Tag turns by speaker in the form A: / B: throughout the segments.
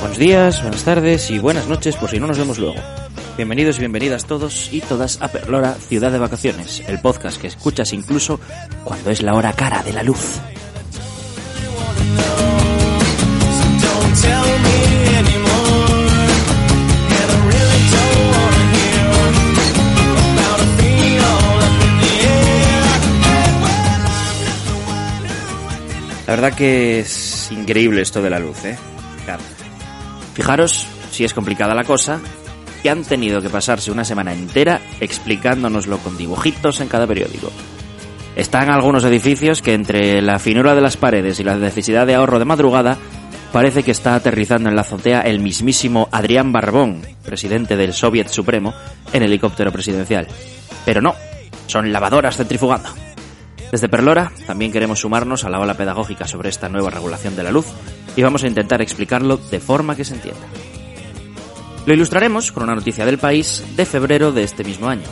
A: Buenos días, buenas tardes y buenas noches por si no nos vemos luego. Bienvenidos y bienvenidas todos y todas a Perlora, Ciudad de Vacaciones, el podcast que escuchas incluso cuando es la hora cara de la luz. La verdad que es increíble esto de la luz, ¿eh? Claro. Fijaros si es complicada la cosa, que han tenido que pasarse una semana entera explicándonoslo con dibujitos en cada periódico. Están algunos edificios que entre la finura de las paredes y la necesidad de ahorro de madrugada, parece que está aterrizando en la azotea el mismísimo Adrián Barbón, presidente del Soviet Supremo, en helicóptero presidencial. Pero no, son lavadoras centrifugando. Desde Perlora también queremos sumarnos a la ola pedagógica sobre esta nueva regulación de la luz y vamos a intentar explicarlo de forma que se entienda. Lo ilustraremos con una noticia del país de febrero de este mismo año.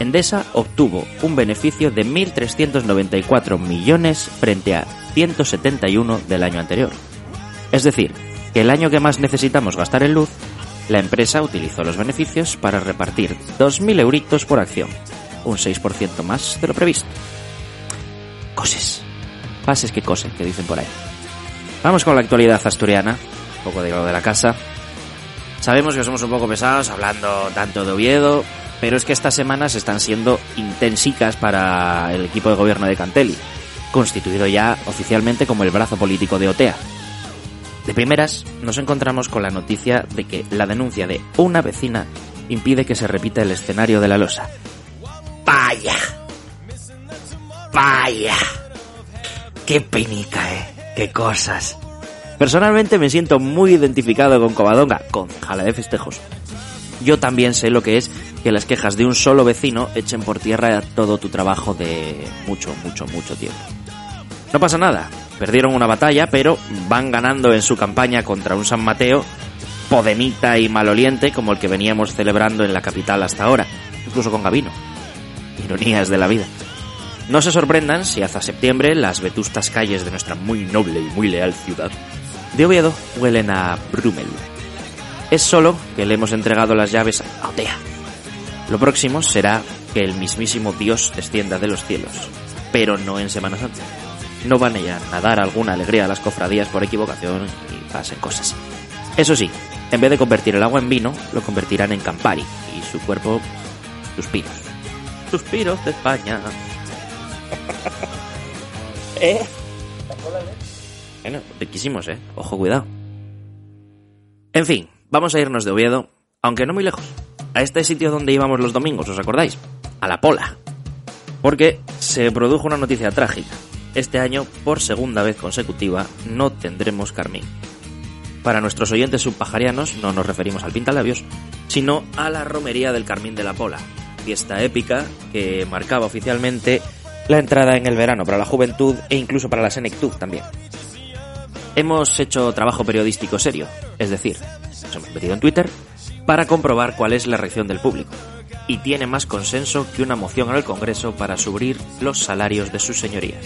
A: Endesa obtuvo un beneficio de 1.394 millones frente a 171 del año anterior. Es decir, que el año que más necesitamos gastar en luz, la empresa utilizó los beneficios para repartir 2.000 euritos por acción, un 6% más de lo previsto. Coses. Pases que cosen, que dicen por ahí. Vamos con la actualidad asturiana, un poco de lo de la casa. Sabemos que somos un poco pesados hablando tanto de Oviedo, pero es que estas semanas están siendo intensicas para el equipo de gobierno de Cantelli, constituido ya oficialmente como el brazo político de Otea. De primeras, nos encontramos con la noticia de que la denuncia de una vecina impide que se repita el escenario de la losa. ¡Vaya! ¡Vaya! ¡Qué penica, eh! ¡Qué cosas! Personalmente me siento muy identificado con Covadonga, concejala de festejos. Yo también sé lo que es que las quejas de un solo vecino echen por tierra todo tu trabajo de mucho, mucho, mucho tiempo. No pasa nada, perdieron una batalla, pero van ganando en su campaña contra un San Mateo podemita y maloliente como el que veníamos celebrando en la capital hasta ahora, incluso con Gavino. Ironías de la vida. No se sorprendan si hasta septiembre las vetustas calles de nuestra muy noble y muy leal ciudad de Oviedo huelen a Brumel. Es solo que le hemos entregado las llaves a Otea. Lo próximo será que el mismísimo Dios descienda de los cielos, pero no en Semana Santa. No van a dar alguna alegría a las cofradías por equivocación y pasen cosas. Eso sí, en vez de convertir el agua en vino, lo convertirán en Campari y su cuerpo suspiros. Suspiros de España. ¿Eh? Bueno, riquísimos, ¿eh? Ojo, cuidado. En fin, vamos a irnos de Oviedo, aunque no muy lejos. A este sitio donde íbamos los domingos, ¿os acordáis? A la Pola. Porque se produjo una noticia trágica. Este año, por segunda vez consecutiva, no tendremos carmín. Para nuestros oyentes subpajarianos, no nos referimos al pintalabios, sino a la romería del Carmín de la Pola, fiesta épica que marcaba oficialmente la entrada en el verano para la juventud e incluso para la senectud también. Hemos hecho trabajo periodístico serio, es decir, nos hemos metido en Twitter para comprobar cuál es la reacción del público. Y tiene más consenso que una moción en el Congreso para subir los salarios de sus señorías.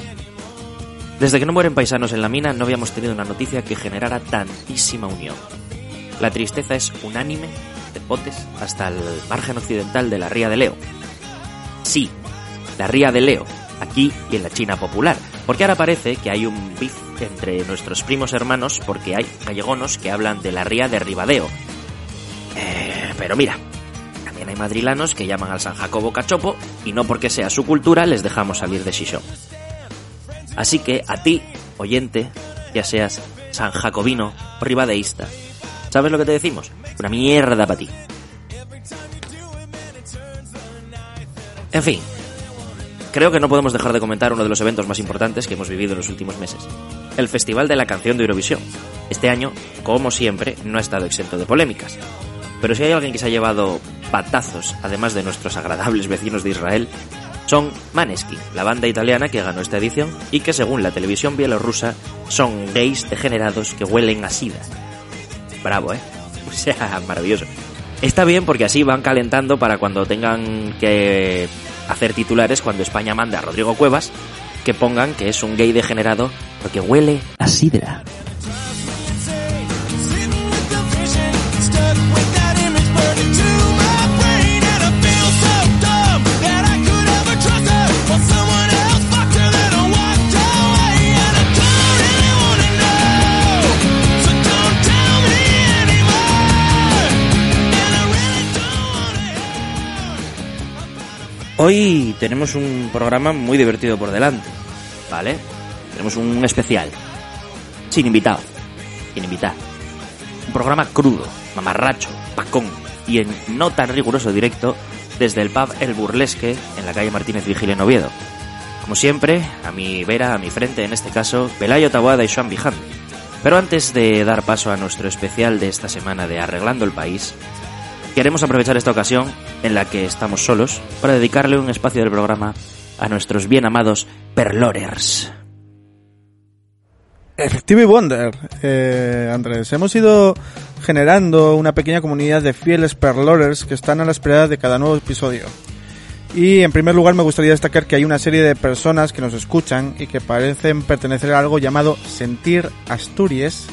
A: Desde que no mueren paisanos en la mina no habíamos tenido una noticia que generara tantísima unión. La tristeza es unánime, de potes, hasta el margen occidental de la ría de Leo. Sí, la ría de Leo, aquí y en la China popular. Porque ahora parece que hay un bif entre nuestros primos hermanos porque hay gallegonos que hablan de la ría de Ribadeo. Eh, pero mira, también hay madrilanos que llaman al San Jacobo cachopo y no porque sea su cultura les dejamos salir de Xixón. Así que a ti, oyente, ya seas San Jacobino o Ribadeísta, ¿sabes lo que te decimos? Una mierda para ti. En fin, creo que no podemos dejar de comentar uno de los eventos más importantes que hemos vivido en los últimos meses. El Festival de la Canción de Eurovisión. Este año, como siempre, no ha estado exento de polémicas. Pero si hay alguien que se ha llevado patazos, además de nuestros agradables vecinos de Israel, son Maneskin, la banda italiana que ganó esta edición y que según la televisión bielorrusa son gays degenerados que huelen a sida. Bravo, ¿eh? O sea, maravilloso. Está bien porque así van calentando para cuando tengan que hacer titulares cuando España manda a Rodrigo Cuevas que pongan que es un gay degenerado porque huele a sidra. Hoy tenemos un programa muy divertido por delante, ¿vale? Tenemos un especial, sin invitado, sin invitar. Un programa crudo, mamarracho, pacón y en no tan riguroso directo desde el pub El Burlesque en la calle Martínez Vigil en Oviedo. Como siempre, a mi vera, a mi frente en este caso, Pelayo Tawada y Sean Bijan. Pero antes de dar paso a nuestro especial de esta semana de Arreglando el País, queremos aprovechar esta ocasión en la que estamos solos para dedicarle un espacio del programa a nuestros bien amados Perlorers.
B: Stevie Wonder, eh, Andrés, hemos ido generando una pequeña comunidad de fieles Perlorers que están a la espera de cada nuevo episodio. Y en primer lugar me gustaría destacar que hay una serie de personas que nos escuchan y que parecen pertenecer a algo llamado Sentir Asturias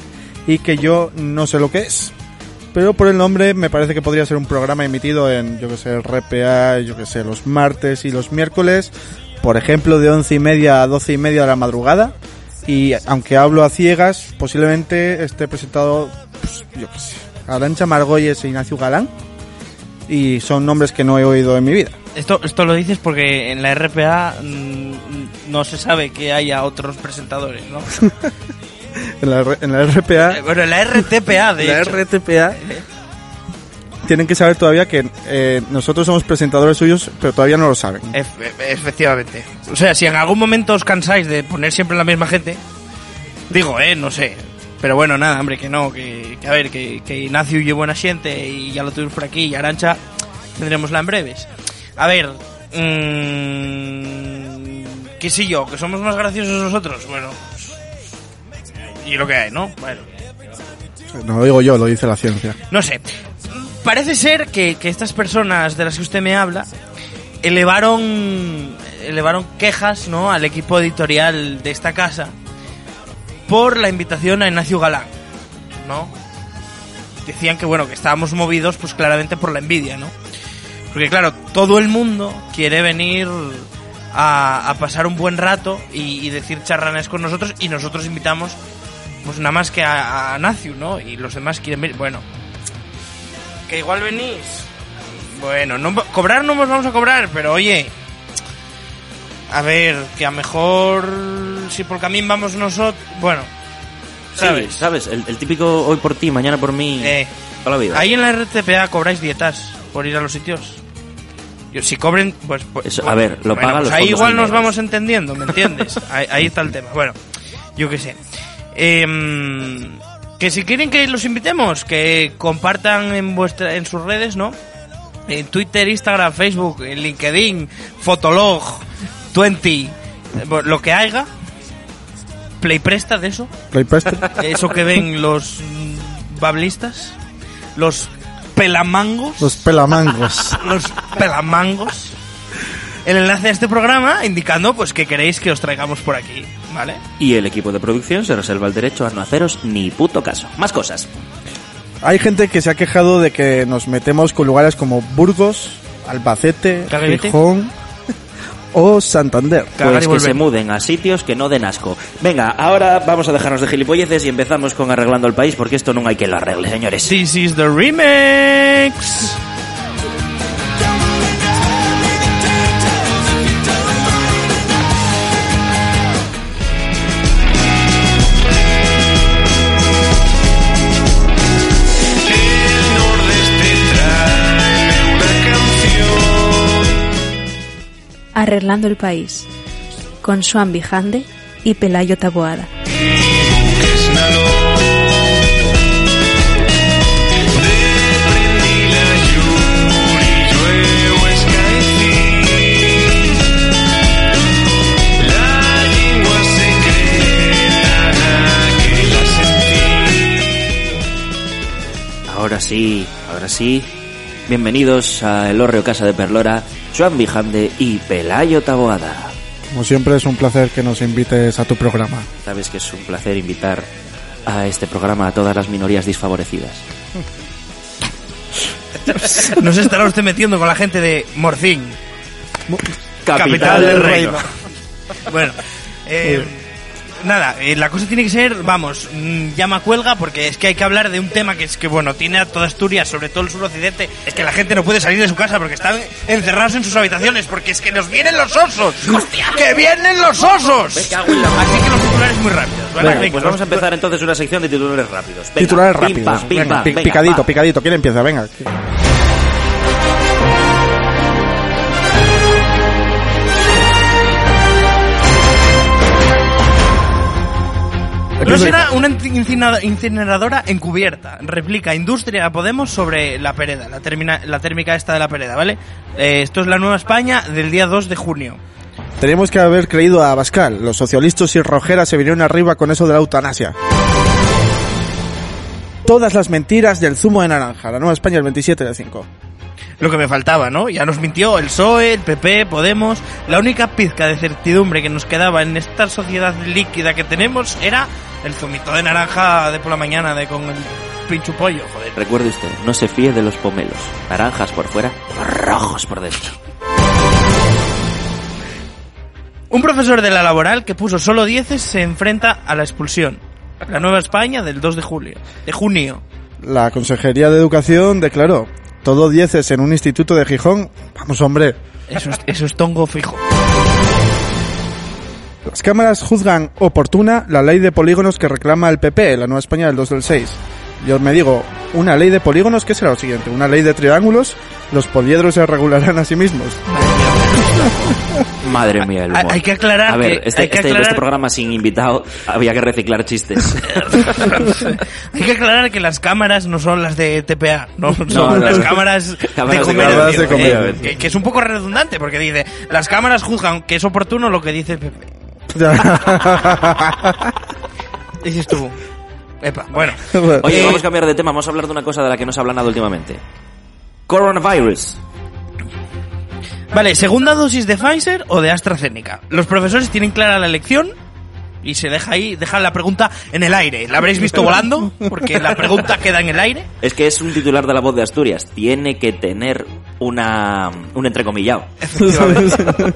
B: y que yo no sé lo que es pero por el nombre me parece que podría ser un programa emitido en, yo que sé, el RPA, yo que sé, los martes y los miércoles, por ejemplo, de once y media a doce y media de la madrugada. Y aunque hablo a ciegas, posiblemente esté presentado, pues, yo que sé, Arancha Margolles e Ignacio Galán. Y son nombres que no he oído en mi vida.
C: Esto, esto lo dices porque en la RPA mmm, no se sabe que haya otros presentadores, ¿no? Eh,
B: en, la, en la RPA.
C: Bueno, en la RTPA, de
B: la
C: hecho.
B: RTPA. Tienen que saber todavía que eh, nosotros somos presentadores suyos, pero todavía no lo saben.
C: Efe- efectivamente. O sea, si en algún momento os cansáis de poner siempre la misma gente, digo, eh, no sé. Pero bueno, nada, hombre, que no, que, que a ver, que, que Ignacio y yo buena gente y ya lo tuvimos por aquí y Arancha tendremosla en breves. A ver, mmm, qué sé yo, que somos más graciosos nosotros, bueno. pues, Y lo que hay, ¿no? Bueno.
B: No lo digo yo, lo dice la ciencia.
C: No sé. Parece ser que, que estas personas de las que usted me habla elevaron, elevaron quejas ¿no? al equipo editorial de esta casa por la invitación a Ignacio Galán. ¿no? Decían que bueno, que estábamos movidos pues claramente por la envidia, ¿no? Porque claro, todo el mundo quiere venir a, a pasar un buen rato y, y decir charranes con nosotros y nosotros invitamos pues nada más que a, a Naciu, ¿no? Y los demás quieren venir. Bueno, que igual venís. Bueno, no, cobrar no nos vamos a cobrar, pero oye, a ver, que a mejor si por camino vamos nosotros, bueno,
A: ¿Sabes?
C: ¿sabes?
A: ¿Sabes? El, el típico hoy por ti, mañana por mí.
C: Eh,
A: toda la vida.
C: Ahí en la RTPA cobráis dietas por ir a los sitios. Yo, si cobren, pues. pues-
A: Eso, a ver, lo pagan
C: pues
A: los
C: Ahí
A: fondos
C: igual nos
A: mineros.
C: vamos entendiendo, ¿me entiendes? ahí, ahí está el tema. Bueno, yo qué sé. Em, que si quieren que los invitemos, que compartan en, vuestra, en sus redes, ¿no? En Twitter, Instagram, Facebook, en LinkedIn, Fotolog, 20, eh, bueno, lo que haya. Play presta de eso. Eso que ven los mm, bablistas, los pelamangos,
B: Los pelamangos.
C: los pelamangos. El enlace a este programa indicando pues que queréis que os traigamos por aquí, ¿vale?
A: Y el equipo de producción se reserva el derecho a no haceros ni puto caso. Más cosas.
B: Hay gente que se ha quejado de que nos metemos con lugares como Burgos, Albacete,
C: Caguelete.
B: Gijón o Santander.
C: Cagar
A: Pues
C: y
A: que
C: volver.
A: se muden a sitios que no den asco. Venga, ahora vamos a dejarnos de gilipolleces y empezamos con arreglando el país porque esto no hay que lo arregle, señores.
C: This is the remix.
D: This Arreglando el País, con Swan Bijande y Pelayo Taboada.
A: Ahora sí, ahora sí. Bienvenidos a El Orreo Casa de Perlora, Joan Vijande y Pelayo Taboada.
B: Como siempre es un placer que nos invites a tu programa.
A: Sabes que es un placer invitar a este programa a todas las minorías disfavorecidas.
C: Nos estará usted metiendo con la gente de Morcín, capital, del reino. bueno, eh, nada, eh, la cosa tiene que ser, vamos, mm, llama cuelga porque es que hay que hablar de un tema que es que, bueno, tiene a toda Asturias, sobre todo el suroccidente, es que la gente no puede salir de su casa porque están encerrados en sus habitaciones, porque es que nos vienen los osos. ¡Hostia! ¡Que vienen los osos! Así que los titulares muy rápidos, ¿vale?
A: Venga,
C: Venga,
A: pues
C: los
A: vamos a empezar entonces una sección de titulares rápidos. Venga,
B: Titulares
A: pim,
B: rápidos.
A: pam, pim,
B: Venga,
A: pam,
B: pi-
A: venga,
B: picadito,
A: pam.
B: picadito. ¿Quién empieza? Venga.
C: No será una incinera- incineradora encubierta. Replica Industria a Podemos sobre la Pereda, la, termina- la térmica esta de la Pereda, ¿vale? Eh, esto es la Nueva España del día 2 de junio.
B: Tenemos que haber creído a Abascal. Los socialistas y Rojera se vinieron arriba con eso de la eutanasia. Todas las mentiras del zumo de naranja. La Nueva España, el 27 de 5.
C: Lo que me faltaba, ¿no? Ya nos mintió el PSOE, el PP, Podemos. La única pizca de certidumbre que nos quedaba en esta sociedad líquida que tenemos era el zumito de naranja de por la mañana de con el pincho pollo, joder.
A: Recuerde usted, no se fíe de los pomelos. Naranjas por fuera, rojos por dentro.
C: Un profesor de la laboral que puso solo dieces se enfrenta a la expulsión. La Nueva España del 2 de julio. De junio.
B: La Consejería de Educación declaró: todo dieces en un instituto de Gijón. Vamos, hombre.
C: Eso es, eso es tongo fijo.
B: Las cámaras juzgan oportuna la ley de polígonos que reclama el PP, la Nueva España del 2 del 6. Yo me digo, una ley de polígonos, ¿qué será lo siguiente? ¿Una ley de triángulos? Los poliedros se regularán a sí mismos.
A: Madre mía, el humor.
C: Hay- hay que aclarar
A: A ver,
C: que-
A: este,
C: hay que
A: este-
C: aclarar-
A: este programa sin invitado había que reciclar chistes.
C: Hay que aclarar que las cámaras no son las de TPA, no, son
A: no,
C: las
A: no.
C: cámaras,
A: Cámaras
C: de
A: de
C: comer.
B: comer,
C: eh,
B: comer.
C: que, que es un poco redundante porque dice, las cámaras juzgan que es oportuno lo que dice el PP. Dices tú. Epa, bueno.
A: Oye,
C: Eh,
A: vamos a cambiar de tema, vamos a hablar de una cosa de la que no se habla nada últimamente. Coronavirus.
C: Vale, segunda dosis de Pfizer o de AstraZeneca. Los profesores tienen clara la elección y se deja ahí, deja la pregunta en el aire. ¿La habréis visto volando? Porque la pregunta queda en el aire.
A: Es que es un titular de la voz de Asturias. Tiene que tener una un entrecomillado.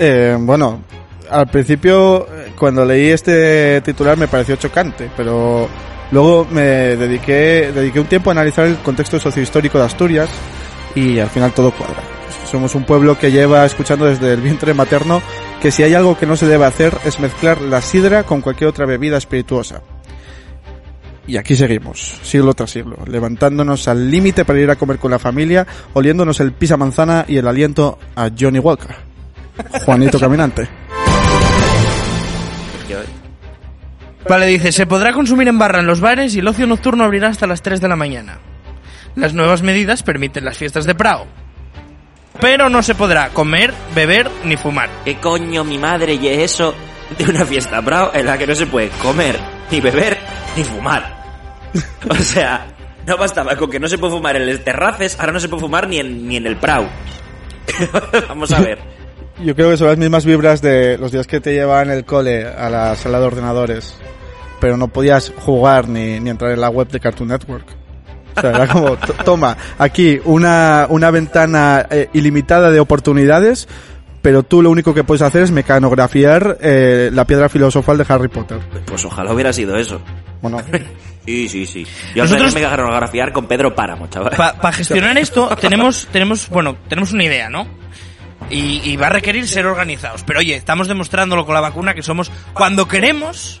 B: Eh, bueno, al principio eh, cuando leí este titular me pareció chocante, pero luego me dediqué, dediqué un tiempo a analizar el contexto sociohistórico de Asturias y al final todo cuadra. Somos un pueblo que lleva escuchando desde el vientre materno que si hay algo que no se debe hacer es mezclar la sidra con cualquier otra bebida espirituosa. Y aquí seguimos, siglo tras siglo, levantándonos al límite para ir a comer con la familia, oliéndonos el pisa manzana y el aliento a Johnny Walker. Juanito Caminante.
C: Vale, dice, se podrá consumir en barra en los bares y el ocio nocturno abrirá hasta las 3 de la mañana. Las nuevas medidas permiten las fiestas de Prado. Pero no se podrá comer, beber ni fumar.
A: ¿Qué coño mi madre y eso de una fiesta bravo en la que no se puede comer, ni beber, ni fumar? O sea, no bastaba con que no se puede fumar en los terraces, ahora no se puede fumar ni en, ni en el prau. Vamos a ver.
B: Yo creo que son las mismas vibras de los días que te llevaban el cole a la sala de ordenadores, pero no podías jugar ni, ni entrar en la web de Cartoon Network. O sea, era como, "T- toma, aquí una, una ventana eh, ilimitada de oportunidades, pero tú lo único que puedes hacer es mecanografiar eh, la piedra filosofal de Harry Potter.
A: Pues ojalá hubiera sido eso.
B: Bueno,
A: Sí, sí, sí. Yo Nosotros...
C: Nosotros-
A: me voy a grafiar con Pedro Páramo, chaval.
C: Para gestionar esto tenemos, tenemos, bueno, tenemos una idea, ¿no? Y, y va a requerir ser organizados. Pero oye, estamos demostrándolo con la vacuna que somos, cuando queremos,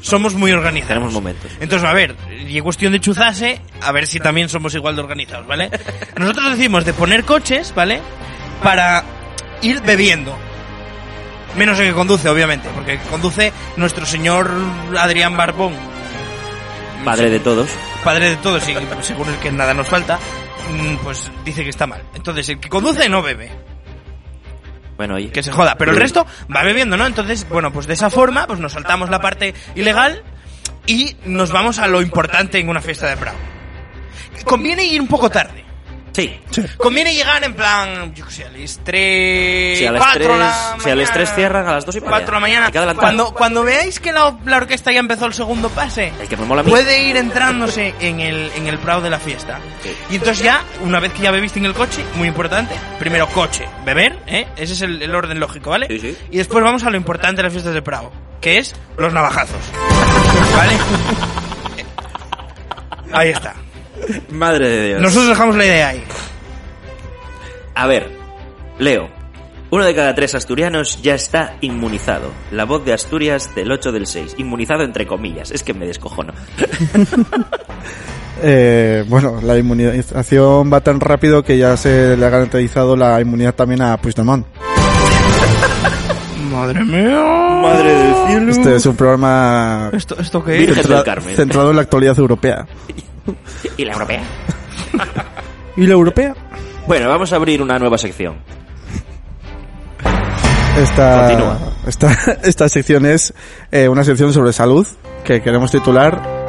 C: somos muy organizados.
A: Tenemos momentos.
C: Entonces, a ver, y en cuestión de chuzase, a ver si también somos igual de organizados, ¿vale? Nosotros decimos de poner coches, ¿vale? Para ir bebiendo. Menos el que conduce, obviamente, porque el que conduce nuestro señor Adrián Barbón,
A: Padre de todos.
C: padre de todos y según el que nada nos falta, mm, pues dice que está mal. Entonces, el que conduce no bebe,
A: Bueno, oye.
C: que se joda, pero el resto va bebiendo, ¿no? Entonces, bueno, pues de esa forma, pues nos saltamos la parte ilegal y nos vamos a lo importante en una fiesta de Prado. Conviene ir un poco tarde.
A: Sí.
C: Conviene llegar en plan, yo qué sé, a las 3,
A: Si a las 3, si a las tres cierran, a las 2 y media.
C: 4 de la mañana.
A: Hay que adelantar.
C: Cuando, cuando veáis que la, la orquesta ya empezó el segundo pase,
A: El que me mola a mí.
C: puede ir entrándose en el, en el prado de la fiesta.
A: Sí.
C: Y entonces ya, una vez que ya bebiste en el coche, muy importante, primero coche, beber, ¿eh? ese es el, el orden lógico, ¿vale?
A: Sí, sí.
C: Y después vamos a lo importante de las fiestas de Prado, que es los navajazos. ¿Vale? Ahí está.
A: Madre de Dios.
C: Nosotros dejamos la idea ahí.
A: A ver, leo. Uno de cada tres asturianos ya está inmunizado. La voz de Asturias del 8 del 6. Inmunizado entre comillas. Es que me descojono.
B: Eh, bueno, la inmunización va tan rápido que ya se le ha garantizado la inmunidad también a Puigdemont.
C: Madre mía. Madre del cielo.
B: Este es un programa
C: ¿Esto, esto qué es?
A: Virgen
B: centra-
A: del Carmen.
B: centrado en la actualidad europea.
A: Y la europea.
B: ¿Y la europea?
A: Bueno, vamos a abrir una nueva sección.
B: Esta,
A: Continúa.
B: esta, esta sección es eh, una sección sobre salud que queremos titular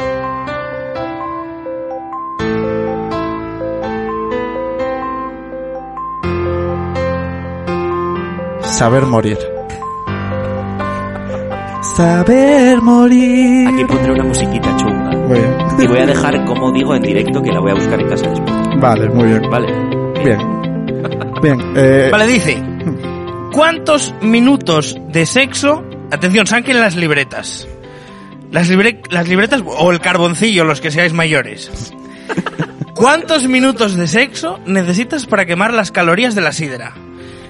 B: Saber morir. Saber morir.
A: Aquí pondré una musiquita chunga.
B: Muy bien.
A: Y voy a dejar, como digo, en directo que la voy a buscar en casa después.
B: Vale, muy bien.
A: ¿Vale?
B: Bien. Bien. eh,
C: Vale, dice. ¿Cuántos minutos de sexo? Atención, saquen las libretas. Las, libre- las libretas o el carboncillo, los que seáis mayores. ¿Cuántos minutos de sexo necesitas para quemar las calorías de la sidra?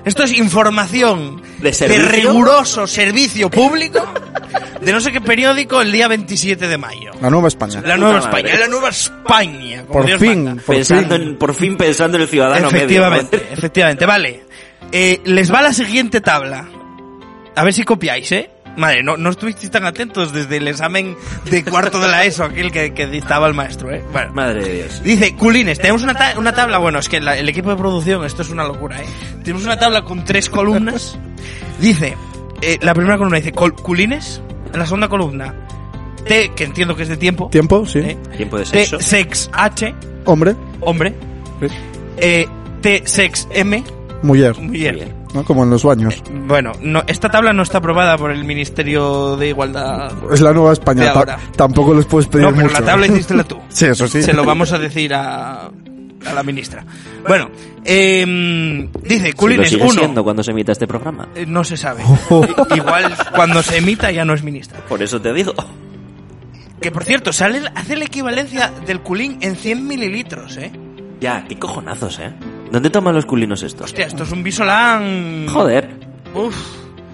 C: Esto es información
A: ¿De servicio?
C: riguroso servicio público de no sé qué periódico el día 27 de mayo.
B: La Nueva España.
C: La Nueva
A: Puta madre.
C: España, la Nueva España. como
B: Por
C: Dios
B: fin,
C: manda.
B: por
A: Pensando
B: fin.
A: en, por fin pensando en el ciudadano
C: Efectivamente,
A: medio.
C: efectivamente. Vale. Eh, les va la siguiente tabla. A ver si copiáis, ¿eh? Madre, no, no estuvisteis tan atentos desde el examen de cuarto de la ESO, aquel que, que dictaba el maestro, ¿eh? Bueno.
A: Madre de Dios.
C: Dice, Culines, tenemos una, ta- una tabla, bueno, es que la- el equipo de producción, esto es una locura, ¿eh? Tenemos una tabla con tres columnas. Dice, eh, la primera columna dice, col- Culines, en la segunda columna, T, que entiendo que es de tiempo.
B: Tiempo, sí.
C: ¿eh?
A: Tiempo de
C: T,
A: sexo.
C: sex, H,
B: Hombre,
C: hombre.
B: Sí.
C: Eh, T, sex, M,
B: mujer,
C: mujer.
A: Bien.
B: ¿no? Como en los baños.
C: Bueno, no, esta tabla no está aprobada por el Ministerio de Igualdad.
B: Es la Nueva
C: De
B: España. ta-
C: ahora.
B: tampoco les puedes pedir
C: No, pero
B: mucho.
C: la tabla hiciste la tú.
B: Sí, eso sí.
C: Se lo vamos a decir a, a la ministra. Bueno, em, dice
A: Si lo
C: Culines,
A: sigue siendo
C: uno,
A: cuando se emita este programa.
C: eh, no se sabe. I- Igual cuando se emita ya no es ministra.
A: Por eso te digo.
C: Que por cierto, sale, hace la equivalencia del culín en 100 mililitros, ¿eh?
A: Ya, qué cojonazos, ¿eh? ¿Dónde toman los culinos estos?
C: Hostia, esto es un bisolán.
A: Joder.
C: Uf,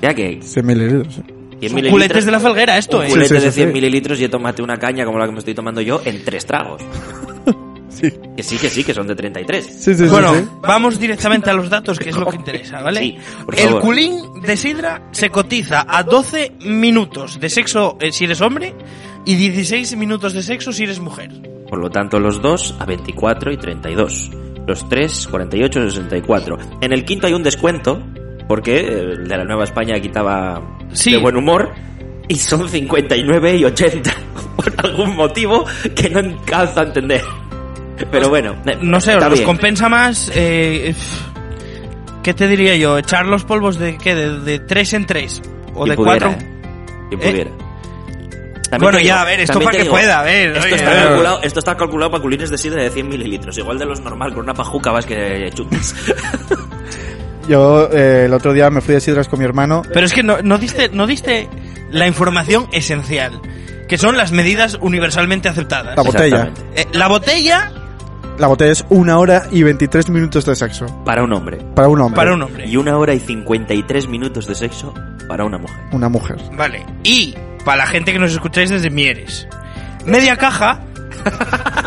A: Ya que
B: 100 mililitros. sí.
A: 100
C: son
A: mililitros.
C: culetes de la felguera esto,
A: un
C: ¿eh?
A: culete
B: Sí, sí,
A: de
B: sí,
A: 100
B: sí.
A: mililitros y tomate una caña como la que me estoy tomando yo en tres tragos. Que sí, que sí, que son de 33.
B: Sí, sí, sí,
C: Bueno,
B: sí.
C: vamos directamente a los datos, que es lo que interesa, ¿vale?
A: Sí, por
C: el
A: favor.
C: culín de sidra se cotiza a 12 minutos de sexo eh, si eres hombre y 16 minutos de sexo si eres mujer.
A: Por lo tanto, los dos a 24 y 32. Los tres, 48 y 64. En el quinto hay un descuento, porque eh, el de la Nueva España quitaba
C: Sí.
A: de buen humor. Y son 59 y 80. Por algún motivo que no alcanzo a entender. Pero bueno, eh,
C: Pues, No sé,
A: está
C: os
A: bien.
C: compensa más... eh, pf, ¿Qué te diría yo? ¿Echar los polvos de qué? ¿De, de 3 en 3? ¿O
A: Quien
C: de
A: pudiera,
C: 4?
A: ¿eh? Quien
C: ¿Eh?
A: pudiera. También
C: Bueno,
A: te
C: ya, a ver, esto
A: también
C: para
A: te
C: que pueda, a ver,
A: Esto,
C: oye,
A: está
C: a ver.
A: calculado, esto está calculado para culines de sidra de 100 mililitros. Igual de los normal, con una pajuca vas que chupas.
B: Yo eh, el otro día me fui de sidras con mi hermano.
C: Pero es que no, no diste, no diste la información esencial, que son las medidas universalmente aceptadas.
B: La botella.
A: Exactamente.
C: Eh, la botella
B: La botella es una hora y 23 minutos de sexo.
A: Para un hombre.
B: Para un hombre.
C: para un hombre.
A: Y una hora y 53 minutos de sexo para una mujer.
B: Una mujer.
C: Vale. Y para la gente que nos escucháis desde Mieres, media caja,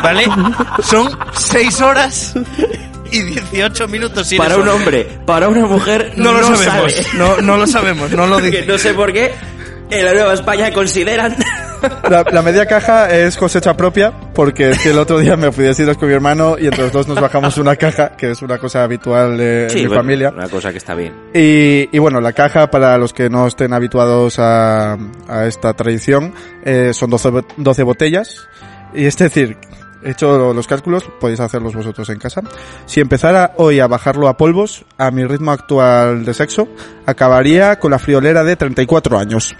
C: ¿vale? Son 6 horas y 18 minutos sin
A: Para
C: eso.
A: un hombre, para una mujer,
C: No lo sabemos,
A: sale.
C: no, no lo sabemos, no lo
A: Porque
C: dice.
A: no sé por qué en la Nueva España consideran.
B: La, la media caja es cosecha propia, porque es que el otro día me fui de sidras con mi hermano y entre los dos nos bajamos una caja, que es una cosa habitual eh, en mi
A: bueno,
B: familia.
A: Una cosa que está bien.
B: Y, y bueno, la caja, para los que no estén habituados a, a esta tradición, eh, son 12, bo- 12 botellas. Y es decir, hecho los cálculos, podéis hacerlos vosotros en casa. Si empezara hoy a bajarlo a polvos, a mi ritmo actual de sexo, acabaría con la friolera de 34 años.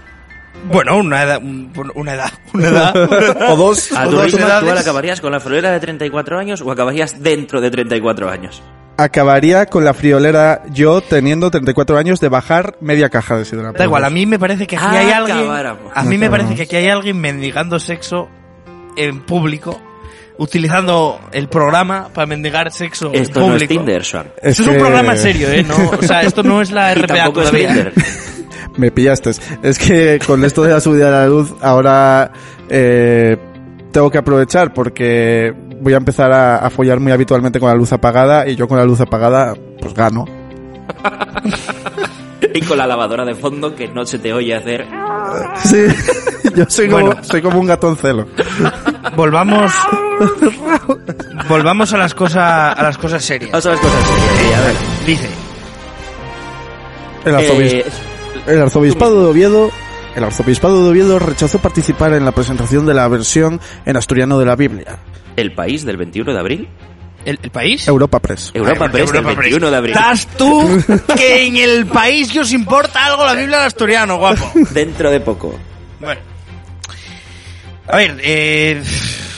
C: Bueno, una edad, un- una edad, una edad. una edad.
B: O dos.
A: A
C: O
A: tu
C: dos
A: ritmo
C: edades.
A: actual acabarías con la florera de 34 años o acabarías dentro de 34 años.
B: Acabaría con la friolera yo teniendo 34 años de bajar media caja de sidra.
C: Da igual, a mí me parece que aquí hay
A: Ah,
C: alguien.
A: Acabáramos.
C: A mí me
B: Acabáramos.
C: parece que aquí hay alguien mendigando sexo en público, utilizando el programa para mendigar sexo en
A: Esto
C: público.
A: no es Tinder, Swan.
C: Esto es un
B: que-
C: programa en serio, ¿eh? No, o sea, esto no es la
A: Este- Y
C: RPA
A: tampoco es
C: todavía.
A: Tinder.
B: Me pillaste. Es que con esto de la subida a la luz, ahora eh, tengo que aprovechar porque voy a empezar a, a follar muy habitualmente con la luz apagada y yo con la luz apagada, pues gano.
A: Y con la lavadora de fondo que no se te oye hacer.
B: Sí, yo soy como,
C: Bueno.
B: soy como un gatoncelo.
C: Volvamos. Volvamos a las cosas a las cosas serias.
A: Vamos a las cosas serias. sí, a ver.
C: Dice,
B: El, arzobis-
A: Eh,
B: el arzobispado de Oviedo. El arzobispado de Oviedo rechazó participar en la presentación de la versión en asturiano de la Biblia.
A: el país del 21 de abril.
C: ¿el, el país?
B: Europa Press.
A: Europa Press del 21 de abril.
C: ¿Estás tú que en el país que os importa algo la Biblia del asturiano, guapo?
A: Dentro de poco.
C: Bueno. A ver, eh,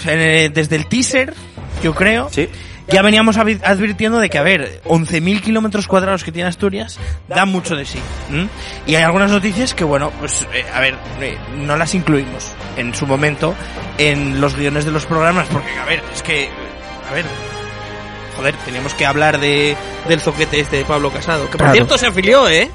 C: en, eh, desde el teaser, yo creo,
A: Sí.
C: ya veníamos avi- advirtiendo de que, a ver, 11.000 kilómetros cuadrados que tiene Asturias da mucho de sí. ¿m? Y hay algunas noticias que, bueno, pues, eh, a ver, eh, no las incluimos en su momento en los guiones de los programas, porque, a ver, es que, eh, a ver, joder, teníamos que hablar de, del zoquete este de Pablo Casado, que por
B: Claro.
C: cierto se afilió, ¿eh?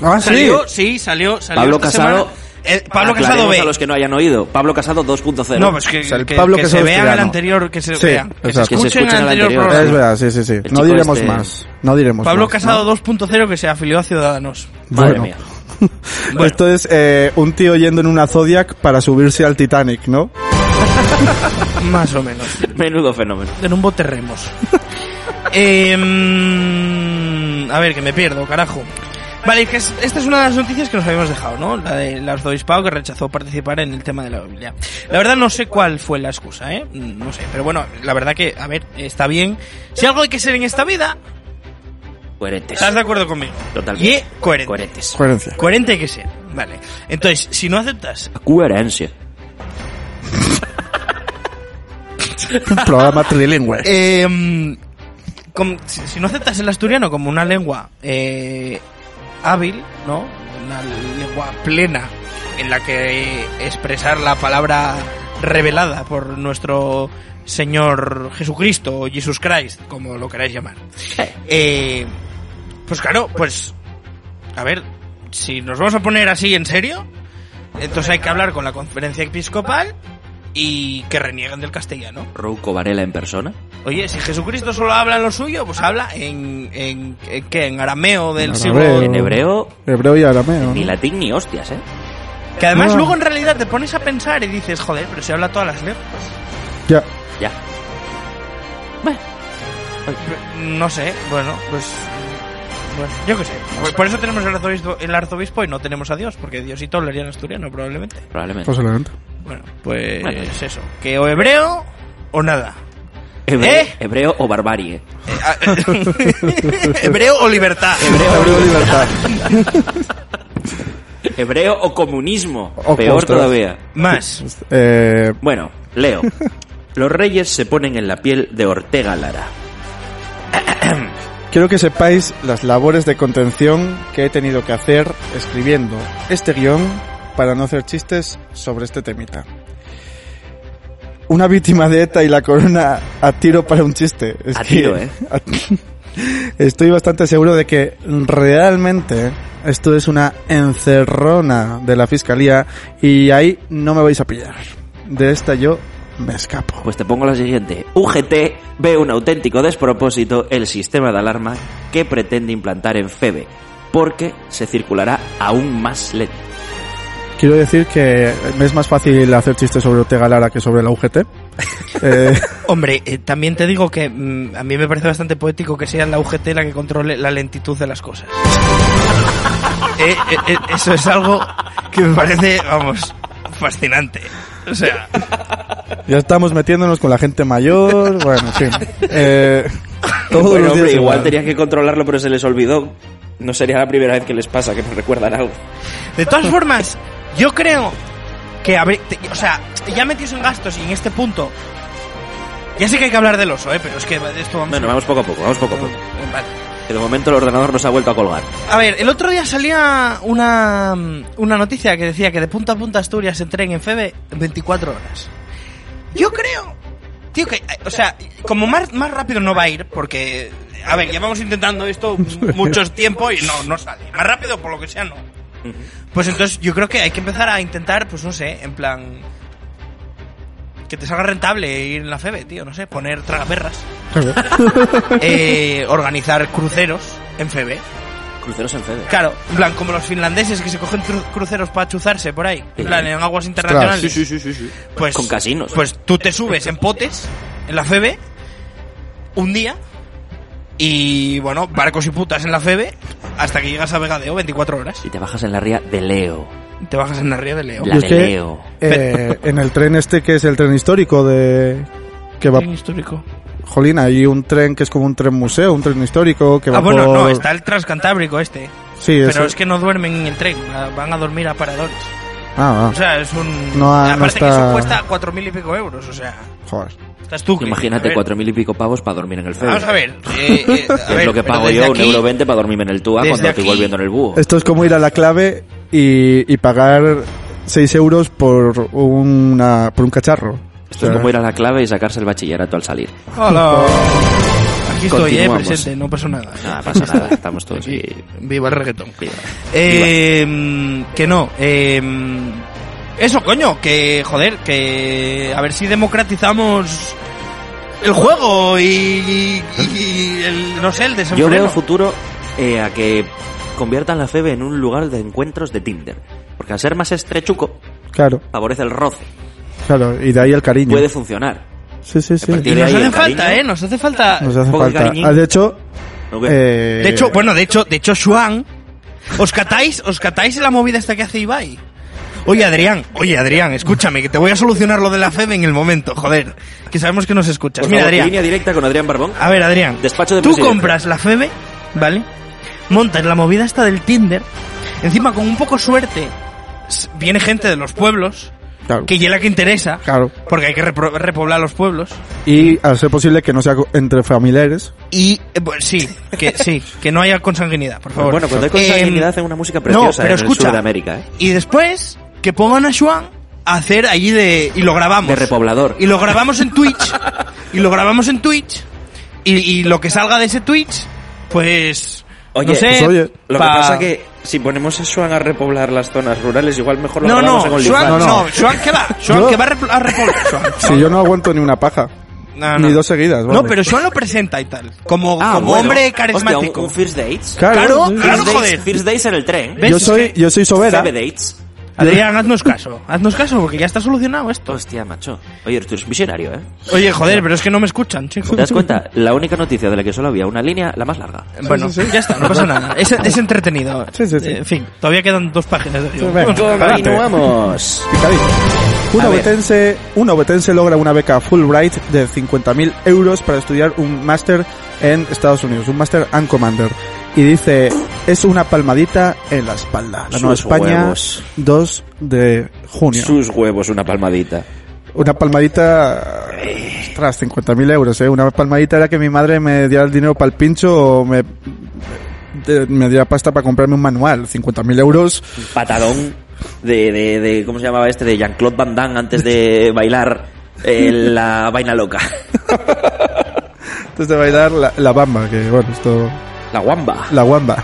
B: Ah,
C: Salió, sí, salió, salió
A: Pablo
C: esta
A: Casado-
C: semana. Eh, Pablo
A: Aclaremos
C: Casado
A: a
C: B.
A: los que no hayan oído. Pablo Casado 2.0.
C: No, pues que,
B: O sea, el
C: que-
B: Pablo
C: que
B: Casado
C: se vean
B: Estirano.
C: el anterior, que se
B: Sí,
C: vean, que se
B: exacto.
C: escuchen el anterior, programa.
B: Es verdad, sí, sí, sí. No
A: chico
B: diremos
A: este-
B: más. No diremos
C: Pablo
B: más, ¿no?
C: Casado 2.0 que se afilió a Ciudadanos.
A: Madre mía.
B: Bueno. Esto es eh, un tío yendo en una Zodiac para subirse al Titanic, ¿no?
C: Más o menos.
A: Menudo fenómeno.
C: En un bote remos. Em, a ver, que me pierdo, carajo. Vale, que es- esta es una de las noticias que nos habíamos dejado, ¿no? La del arzobispado que rechazó participar en el tema de la Biblia. La verdad no sé cuál fue la excusa, ¿eh? No sé, pero bueno, la verdad que, a ver, está bien. Si algo hay que ser en esta vida,
A: Coherentes.
C: ¿estás de acuerdo conmigo?
A: Totalmente.
C: Y coherente.
A: Coherentes.
B: Coherencia.
C: Coherente hay que ser. Vale. Entonces, si no aceptas,
A: Coherencia.
B: Un programa trilingüe.
C: eh, com- si si no aceptas el asturiano como una lengua eh, hábil, ¿no? Una lengua plena en la que expresar la palabra revelada por nuestro Señor Jesucristo o Jesus Christ, como lo queráis llamar. Eh, pues claro, pues a ver, si nos vamos a poner así en serio, entonces hay que hablar con la conferencia episcopal y que renieguen del castellano.
A: Rouco Varela en persona.
C: Oye, si Jesucristo solo habla en lo suyo, pues habla en, en, en ¿qué? En arameo del
B: En
C: siglo...
B: arameo.
A: En hebreo,
B: Hebreo y arameo.
A: ni
B: ¿no?
A: latín ni hostias, ¿eh?
C: Que además
B: Ah.
C: luego en realidad te pones a pensar y dices, joder, pero se habla todas las lenguas.
B: Ya.
A: Ya. Bueno.
C: No sé, bueno, pues... Bueno, yo qué sé. Pues Por- Por eso tenemos el arzobispo, el arzobispo y no tenemos a Dios, porque Diosito hablaría en asturiano probablemente.
A: Probablemente.
B: Posiblemente.
C: Bueno, pues
A: Bueno.
C: es eso. Que o hebreo o nada.
A: Hebreo,
C: ¿Eh?
A: hebreo o barbarie.
C: hebreo o libertad.
B: Hebreo y libertad.
A: Hebreo o comunismo.
B: O-
A: Peor
B: ostras.
A: todavía.
C: Más.
B: Eh,
A: Bueno, leo. Los reyes se ponen en la piel de Ortega Lara.
B: quiero que sepáis las labores de contención que he tenido que hacer escribiendo este guión para no hacer chistes sobre este temita. Una víctima de ETA y la corona a tiro para un chiste. Es
A: A
B: que-
A: tiro, ¿eh?
B: Estoy bastante seguro de que realmente esto es una encerrona de la fiscalía y ahí no me vais a pillar. De esta yo Me escapo.
A: Pues te pongo la siguiente. UGT ve un auténtico despropósito el sistema de alarma que pretende implantar en FEBE, porque se circulará aún más lento.
B: Quiero decir que me es más fácil hacer chistes sobre Ortega Lara que sobre la UGT. Eh,
C: Hombre, eh, también te digo que mm, a mí me parece bastante poético que sea la UGT la que controle la lentitud de las cosas. Eh, eh, eh, eso es algo que me parece, vamos, fascinante. O sea,
B: ya estamos metiéndonos con la gente mayor. Bueno, en fin. Eh, todos
A: Bueno,
B: los días
A: hombre, igual
B: igual.
A: tenían que controlarlo, pero se les olvidó. No sería la primera vez que les pasa que no recuerdan algo.
C: de todas formas, yo creo que, habré- te- o sea, ya metidos en gastos y en este punto, ya sé que hay que hablar del oso, ¿eh? pero es que de esto vamos
A: Bueno, vamos poco a poco, vamos poco a poco.
C: Vale.
A: Que de momento el ordenador nos ha vuelto a colgar.
C: A ver, el otro día salía una, una noticia que decía que de punta a punta Asturias se tren en Febe en 24 horas. Yo creo, tío, que, eh, o sea, como más, más rápido no va a ir, porque, a ver, llevamos intentando esto muchos tiempo y no, no sale. Más rápido, por lo que sea, no. Pues entonces yo creo que hay que empezar a intentar, pues no sé, en plan... Que te salga rentable ir en la Febe, tío, no sé, poner tragaperras. eh, organizar cruceros en Febe.
A: Cruceros en FEBE.
C: Claro, en plan, como los finlandeses que se cogen tru- cruceros para chuzarse por ahí, en plan, en aguas internacionales.
A: Sí, sí, sí, sí, sí.
C: Pues,
A: Con casinos.
C: Pues tú te subes en potes, en la FEBE, un día, y bueno, barcos y putas en la FEBE, hasta que llegas a Vegadeo, 24 horas.
A: Y te bajas en la ría de Leo.
C: y Te bajas en la ría de Leo.
A: La
B: Y es
A: de
B: que,
A: Leo.
B: eh, en el tren este que es el tren histórico de que va
C: Tren histórico.
B: Jolín, hay un tren que es como un tren museo, un tren histórico que va
C: Ah, bueno,
B: por-
C: no, está el transcantábrico este.
B: Sí,
C: Pero
B: ese-
C: es que no duermen en el tren, ah, van a dormir a paradores.
B: Ah,
C: O sea, es un...
B: No, ah, no
C: aparte que
B: está-
C: eso cuesta cuatro mil y pico euros, o sea...
B: ah, joder.
C: Estás tú. que- a
A: Imagínate
C: ver.
A: cuatro mil y pico pavos para dormir en el FEBE.
C: Vamos a ver. eh, eh, a
A: es
C: ver,
A: lo que
C: pero
A: pago
C: desde
A: yo, un
C: aquí-
A: euro veinte para dormirme en el TUA
C: desde
A: cuando estoy
C: aquí-
A: volviendo en el búho.
B: Esto es como ir a la clave y, y pagar 6 euros por, una, por un cacharro.
A: Esto es como ir a la clave y sacarse el bachillerato al salir.
C: Hola. Aquí estoy, eh,
A: Continuamos.
C: presente, no pasó nada.
A: Nada, pasa nada, estamos todos aquí.
C: Viva el reggaetón.
A: Viva.
C: Eh, mm, que no. eh, mm, eso, coño, que joder, que a ver si democratizamos el juego y, y- y el, no sé, el
A: Viva. Yo
C: desenfreno.
A: veo futuro eh, a que conviertan la FEBE en un lugar de encuentros de Tinder. Porque al ser más estrechuco,
B: Claro,
A: favorece el roce.
B: claro, y de ahí el cariño.
A: Puede funcionar.
B: Sí, sí, sí.
A: A partir
C: y
A: de
C: nos
A: ahí
C: hace
A: el
C: falta,
A: cariño.
C: eh, nos hace falta.
B: Nos hace
A: Un poco de
B: falta.
A: cariñín.
B: Ah, de hecho,
A: ¿no? Que-
B: eh,
C: De hecho, bueno, de hecho, de hecho, Swan, os catáis, os catáis en la movida esta que hace Ibai. Oye, Adrián, oye, Adrián, escúchame, que te voy a solucionar lo de la FEB en el momento, joder. Que sabemos que nos escuchas.
A: Por
C: pues Mira,
A: favor,
C: Adrián, Ah,
A: línea directa con Adrián Barbón.
C: a ver, Adrián,
A: Despacho de
C: tú
A: presidente.
C: compras la FEB, ¿vale? Montas la movida esta del Tinder, encima con un poco suerte, s- viene gente de los pueblos,
B: claro,
C: que ya es la que interesa,
B: claro.
C: porque hay que repro- repoblar los pueblos.
B: Y al ser posible que no sea entre familiares.
C: Y, eh, pues, sí, que sí, que no haya consanguinidad, por favor. Em,
A: Bueno, cuando hay consanguinidad hacen una música preciosa en el sur de América, ¿eh?
C: Y después que pongan a Shuan a hacer allí de y lo grabamos.
A: De repoblador.
C: Y lo grabamos en Twitch y lo grabamos en Twitch y, y lo que salga de ese Twitch pues
A: Oye,
C: no sé,
B: pues oye,
A: Lo
C: pa-
A: que pasa que si ponemos a Swan a repoblar las zonas rurales, igual mejor lo
C: no,
A: grabamos en
C: no,
A: OnlyFans.
C: Shuan, no,
B: No, no.
C: Shuan que va, Shuan
B: Yo-
C: que va a repl- a repoblar. Shuan.
B: Si yo no aguanto ni una paja.
C: No,
B: Ni
C: no.
B: dos seguidas.
C: No,
B: vale.
C: pero Shuan lo presenta y tal, como,
A: Ah,
C: como
A: bueno. Hostia,
C: hombre
A: un-
C: carismático.
A: un, First Dates.
C: Claro,
B: sí, sí.
C: claro,
A: first
C: joder.
A: Dates, first Dates en el tren.
C: ¿Ves?
B: Yo
C: Es
B: soy,
C: que-
B: yo soy sobera.
A: Febe Dates.
C: Adrián, haznos caso, haznos caso porque ya está solucionado esto.
A: Hostia, macho. Oye, tú eres visionario, ¿eh?
C: Oye, joder, pero es que no me escuchan, chicos.
A: ¿Te das cuenta? La única noticia de la que solo había una línea, la más larga.
C: Bueno,
B: sí, sí.
C: ya está, no pasa nada. Es, es entretenido.
B: Sí, sí, sí.
C: Eh, En fin, todavía quedan dos páginas de guión.
B: venga. Adelante.
A: Continuamos.
B: Picadito. Un
A: A ver.
B: obetense, un obetense logra una beca Fulbright de 50.000 euros para estudiar un máster en Estados Unidos, un máster and commander. Y dice, es una palmadita en la espalda. La Nueva
A: Sus
B: España,
A: huevos.
B: 2 de junio.
A: Sus huevos, una palmadita.
B: Una palmadita... Ostras, 50.000 euros, ¿eh? Una palmadita era que mi madre me diera el dinero para el pincho o me... de- me diera pasta para comprarme un manual. 50.000 euros...
A: Un patadón de, de, de- ¿Cómo se llamaba este? De Jean-Claude Van Damme antes de bailar eh, la vaina loca.
B: Antes de bailar la, la bamba, que bueno, esto...
A: La guamba.
B: La guamba.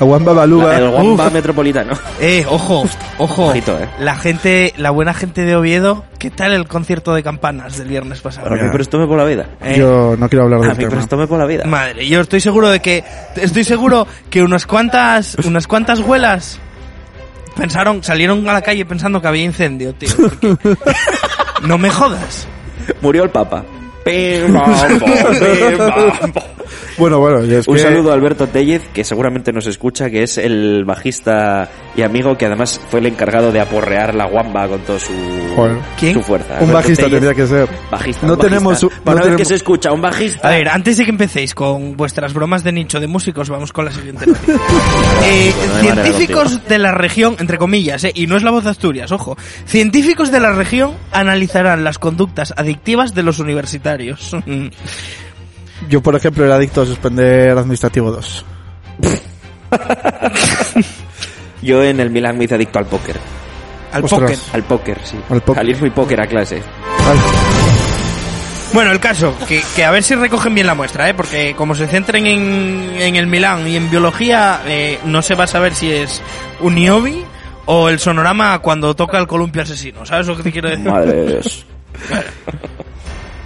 B: A Juan Babaluba.
A: El Guamba
B: Uf.
A: Metropolitano.
C: Eh, ojo, ojo.
A: Ojito, eh.
C: La gente, la buena gente de Oviedo, ¿qué tal el concierto de campanas del viernes pasado?
A: A mí por esto me por la vida.
C: Eh,
B: Yo no quiero hablar
A: A
B: del
A: mí por
B: tema.
A: esto me por la vida.
C: Madre, yo estoy seguro de que estoy seguro que unas cuantas unas cuantas huelas pensaron salieron a la calle pensando que había incendio, tío. porque- no me jodas.
A: Murió el Papa. Pim, pam, pam, pim, pam, pam.
B: Bueno, bueno, y es
A: Un
B: que-
A: saludo a Alberto Tellez, que seguramente nos escucha, que es el bajista y amigo que además fue el encargado de aporrear la guamba con toda su,
B: Joder.
C: ¿Quién?
A: su fuerza.
B: Un
A: Alberto
B: bajista
A: Tellez,
B: tendría que ser.
A: Bajista,
B: No
A: un bajista.
B: tenemos un-
A: Para una vez
B: no
A: que
B: tenemos- Ah.
A: se escucha, un bajista.
C: A ver, antes de que empecéis con vuestras bromas de nicho de músicos, vamos con la siguiente noticia. Eh,
A: Bueno, de manera
C: científicos de la región, entre comillas, eh, y no es la voz de Asturias, ojo. Científicos de la región analizarán las conductas adictivas de los universitarios.
B: Yo, por ejemplo, era adicto a suspender administrativo 2.
A: Yo en el Milan me hice adicto al póker.
C: Al
B: Ostras.
C: póker.
A: Al póker, sí.
B: Al póker.
A: Al ir muy póker a clase.
C: Bueno, el caso, que, que a ver si recogen bien la muestra, ¿eh? porque como se centren en, en el Milán y en biología, eh, no se va a saber si es un niobi o el sonorama cuando toca el columpio asesino. ¿Sabes lo que te quiero decir?
A: Madre de Dios.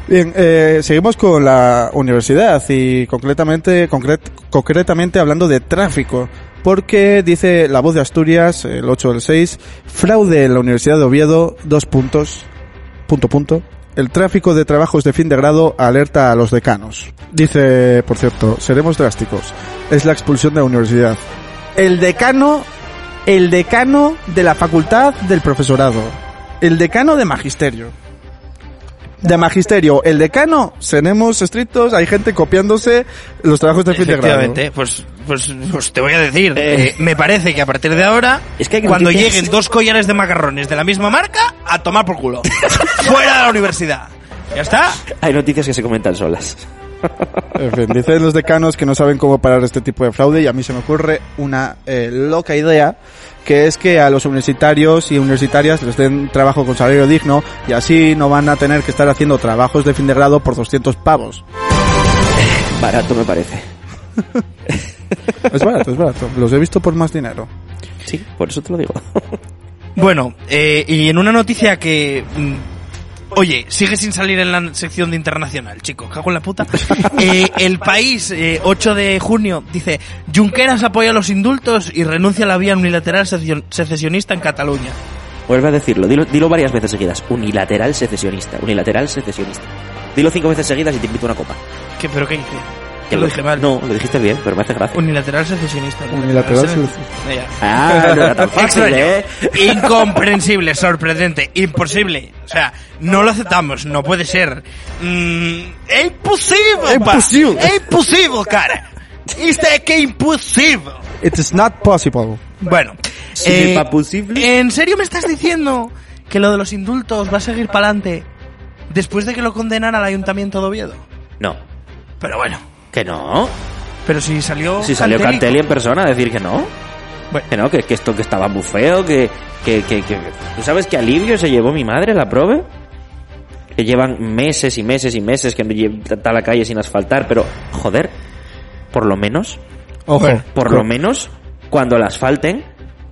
B: Bien, eh, seguimos con la universidad y concretamente, concret- concretamente hablando de tráfico. Porque dice la voz de Asturias, el 8 del 6, fraude en la Universidad de Oviedo, dos puntos, punto, punto. El tráfico de trabajos de fin de grado alerta a los decanos. Dice, por cierto, seremos drásticos. Es la expulsión de la universidad. El decano, el decano de la facultad del profesorado. El decano de magisterio de magisterio, el decano, seremos estrictos, hay gente copiándose los trabajos de fin de grado.
C: Efectivamente, pues, pues, pues te voy a decir, eh, me parece que a partir de ahora,
A: Es que hay
C: cuando
A: noticias.
C: lleguen dos collares de macarrones de la misma marca, a tomar por culo. Fuera de la universidad. ¿Ya está?
A: Hay noticias que se comentan solas.
B: En fin, dicen los decanos que no saben cómo parar este tipo de fraude y a mí se me ocurre una eh, loca idea que es que a los universitarios y universitarias les den trabajo con salario digno y así no van a tener que estar haciendo trabajos de fin de grado por 200 pavos.
A: Barato me parece.
B: Es barato, es barato. Los he visto por más dinero.
A: Sí, por eso te lo digo.
C: Bueno, eh, y en una noticia que... mm, Oye, sigue sin salir en la sección de internacional, chico. Cago en la puta. Eh, el país, eh, 8 de junio, dice: Junqueras apoya los indultos y renuncia a la vía unilateral seccion- secesionista en Cataluña.
A: Vuelve a decirlo, dilo, dilo varias veces seguidas. Unilateral secesionista, unilateral secesionista. Dilo cinco veces seguidas y te invito a una copa.
C: ¿Qué, ¿Pero qué hice?
A: Que
C: Que lo dije mal.
A: No, lo dijiste bien, pero me hace gracia.
C: Unilateral secesionista.
B: Unilateral
C: secesio-
B: secesionista.
C: Ya, ya.
A: Ah, no era tan fácil,
C: Extraño,
A: ¿eh?
C: incomprensible, sorprendente, imposible. O sea, no lo aceptamos, no puede ser. Mm, ¡Es imposible!
B: Es
C: pa.
B: imposible.
C: ¡Es imposible, cara! ¡Esto es que es imposible!
B: It is not possible.
C: Bueno, eh,
A: Si me pa posible.
C: ¿en serio me estás diciendo que lo de los indultos va a seguir para adelante después de que lo condenara al Ayuntamiento de Oviedo?
A: No.
C: Pero bueno,
A: ¿Que no?
C: pero si salió.
A: Si salió
C: Canteri-
A: Cantelli en persona a decir que no.
C: Bueno.
A: Que no, que, que esto que estaba muy feo, que, que, que, que- ¿Tú sabes qué alivio se llevó mi madre la prove? Que llevan meses y meses y meses que lle- está la calle sin asfaltar, pero, joder, por lo menos,
B: Ojo.
A: por lo menos, cuando la asfalten,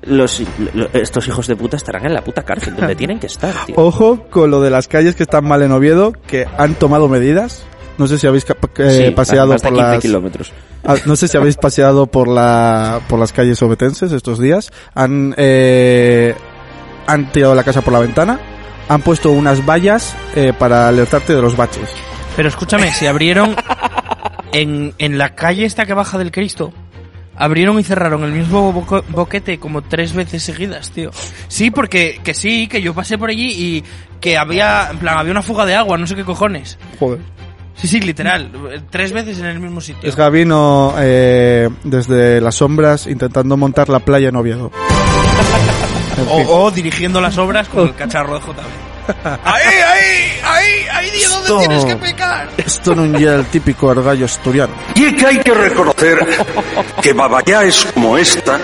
A: los, lo- estos hijos de puta estarán en la puta cárcel, donde tienen que estar,
C: Oh,
A: tío.
B: Ojo con lo de las calles que están mal en Oviedo, que han tomado medidas. No sé si habéis capa- eh,
A: Sí,
B: paseado
A: más de
B: por
A: 15
B: las
A: kilómetros.
B: ah, no sé si habéis paseado por la por las calles obetenses estos días. Han eh, han tirado la casa por la ventana. Han puesto unas vallas eh, para alertarte de los baches.
C: Pero escúchame, si abrieron en, en la calle esta que baja del Cristo, abrieron y cerraron el mismo boco- boquete como tres veces seguidas, tío. Sí, porque que sí, que yo pasé por allí y que había, en plan, había una fuga de agua, no sé qué cojones.
B: Joder.
C: Sí, sí, literal, eh, tres veces en el mismo sitio.
B: Es Gabino eh, desde las sombras intentando montar la playa en Oviedo. En
C: O,
B: fin.
C: o dirigiendo las obras con el cacharro de JB. ¡Ahí, ahí, ahí, ahí, di dónde
B: Esto-
C: tienes que pecar!
B: Esto no es ya el típico argallo asturiano.
E: Y es que hay que reconocer que babayáes como esta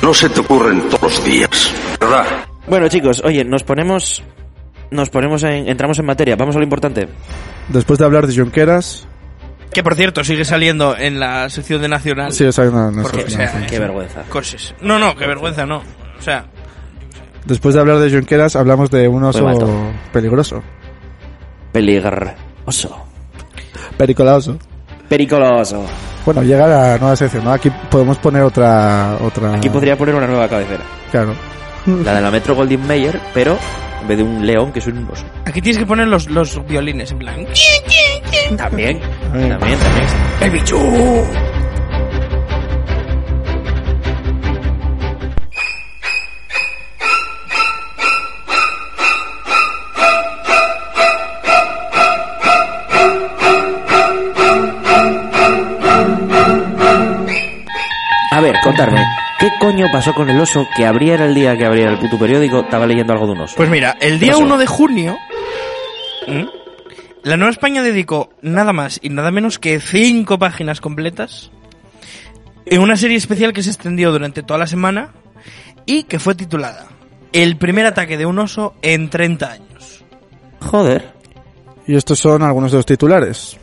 E: no se te ocurren todos los días, ¿verdad?
A: Bueno, chicos, oye, nos ponemos. Nos ponemos en. Entramos en materia, vamos a lo importante.
B: Después de hablar de Junqueras,
C: Que por cierto, sigue saliendo en la sección de Nacional.
B: Sí, esa es una- una-
C: Porque, o
B: una-
C: sea,
A: Qué vergüenza.
C: Cosas. No, no, qué vergüenza, no. O sea,
B: Después de hablar de Junqueras, hablamos de un oso
A: Fue
B: peligroso.
A: Peligroso.
B: Pericoloso.
A: Pericoloso.
B: Bueno, llega la nueva sección, ¿no? Aquí podemos poner otra... otra...
A: Aquí podría poner una nueva cabecera.
B: Claro.
A: Ah. La de la Metro Goldwyn Mayer, pero en vez de un león, que es un oso.
C: aquí tienes que poner los, los violines, en plan.
A: También,
B: Ay.
A: también, también. ¡El bichu! A ver, contarme, ¿qué coño pasó con el oso que abriera el día que abriera el puto periódico? Estaba leyendo algo de un oso.
C: Pues mira, el día
A: Oso.
C: 1 de junio, ¿m? la Nueva España dedicó nada más y nada menos que cinco páginas completas en una serie especial que se extendió durante toda la semana y que fue titulada El primer ataque de un oso en 30 años.
A: Joder.
B: Y estos son algunos de los titulares.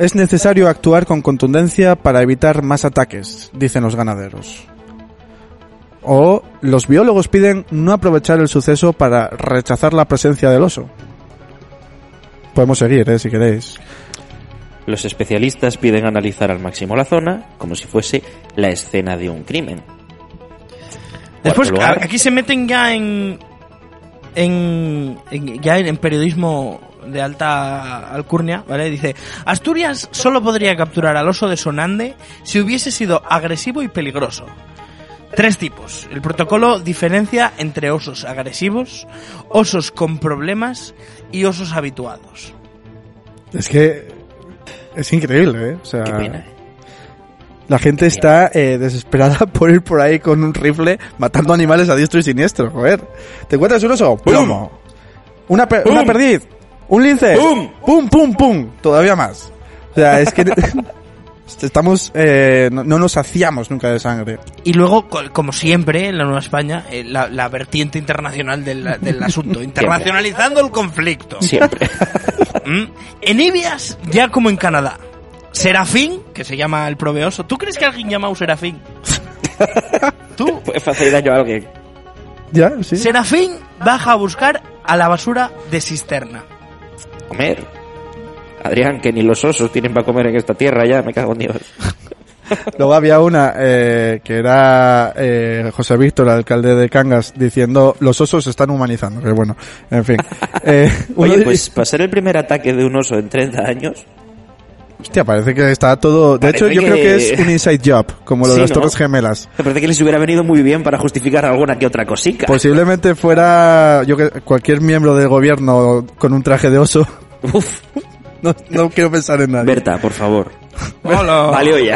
B: Es necesario actuar con contundencia para evitar más ataques, dicen los ganaderos. O los biólogos piden no aprovechar el suceso para rechazar la presencia del oso. Podemos seguir, eh, si queréis.
A: Los especialistas piden analizar al máximo la zona como si fuese la escena de un crimen.
C: Después,
A: Cuarto
C: a-
A: lugar.
C: aquí se meten ya en, en, en- ya en, en periodismo de alta alcurnia, ¿vale? Dice, Asturias solo podría capturar al oso de Sonande si hubiese sido agresivo y peligroso. Tres tipos. El protocolo diferencia entre osos agresivos, osos con problemas y osos habituados.
B: Es que es increíble, eh. O sea,
A: Qué pena. ¿eh?
B: la gente está eh, desesperada por ir por ahí con un rifle matando animales a diestro y siniestro, joder. ¿Te encuentras un oso? ¡Plomo! Una, per- una perdiz. Un lince. ¡Pum! ¡Pum, pum, pum! Todavía más. O sea, es que estamos... eh, no, no nos hacíamos nunca de sangre.
C: Y luego, co- como siempre, en la Nueva España, eh, la, la vertiente internacional del, del asunto, internacionalizando el conflicto.
A: Siempre.
C: ¿Mm? En Ibias, ya como en Canadá. Serafín, que se llama el proveoso. ¿Tú crees que alguien llama a un Serafín? ¿Tú?
A: Puedes hacer daño a alguien.
B: ¿Ya? ¿Sí?
C: Serafín baja a buscar a la basura de cisterna.
A: Comer. Adrián, que ni los osos tienen para comer en esta tierra ya, me cago en Dios.
B: Luego había una eh, que era eh, José Víctor, alcalde de Cangas, diciendo los osos se están humanizando. Que bueno, en fin. Eh, uno
A: Oye,
B: de-
A: pues para ser el primer ataque de un oso en 30 años,
B: Hostia, parece que está todo. De
A: Parece
B: hecho, yo
A: que-
B: creo que es un inside job, como
A: Sí,
B: lo de las
A: ¿no?
B: Torres Gemelas.
A: me parece que les hubiera venido muy bien para justificar alguna que otra cosica.
B: Pues, Posiblemente fuera yo que cualquier miembro del gobierno con un traje de oso.
A: Uf,
B: No, no quiero pensar en nadie.
A: Berta, por favor.
B: Ah.
C: Hola.
A: Vale, oye.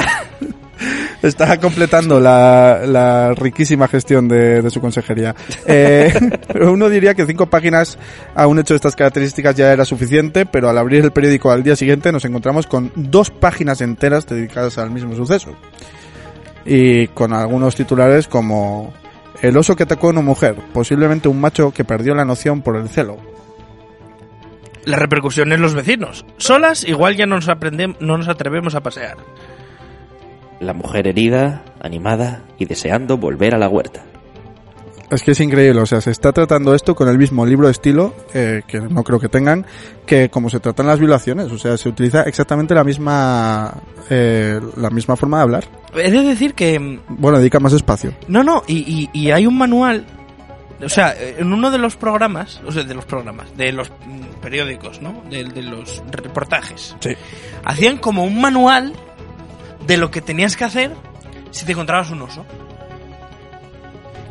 B: Está completando la, la riquísima gestión de, de su consejería. Eh, pero uno diría que cinco páginas a un hecho de estas características ya era suficiente, pero al abrir el periódico al día siguiente nos encontramos con dos páginas enteras dedicadas al mismo suceso. Y con algunos titulares como El oso que atacó a una mujer, posiblemente un macho que perdió la noción por el celo.
C: La repercusión en los vecinos. Solas, igual ya no nos, aprendem- no nos atrevemos a pasear.
A: La mujer herida, animada y deseando volver a la huerta.
B: Es que es increíble, o sea, se está tratando esto con el mismo libro estilo, eh, que no creo que tengan, que como se tratan las violaciones, o sea, se utiliza exactamente la misma, eh, la misma forma de hablar.
C: He de decir que... mm,
B: Bueno, dedica más espacio.
C: No, no, y, y- y hay un manual. O sea, eh, en uno de los programas, o sea, de los programas, de los mm, periódicos, ¿no? De, de los reportajes.
B: Sí.
C: Hacían como un manual de lo que tenías que hacer si te encontrabas un oso.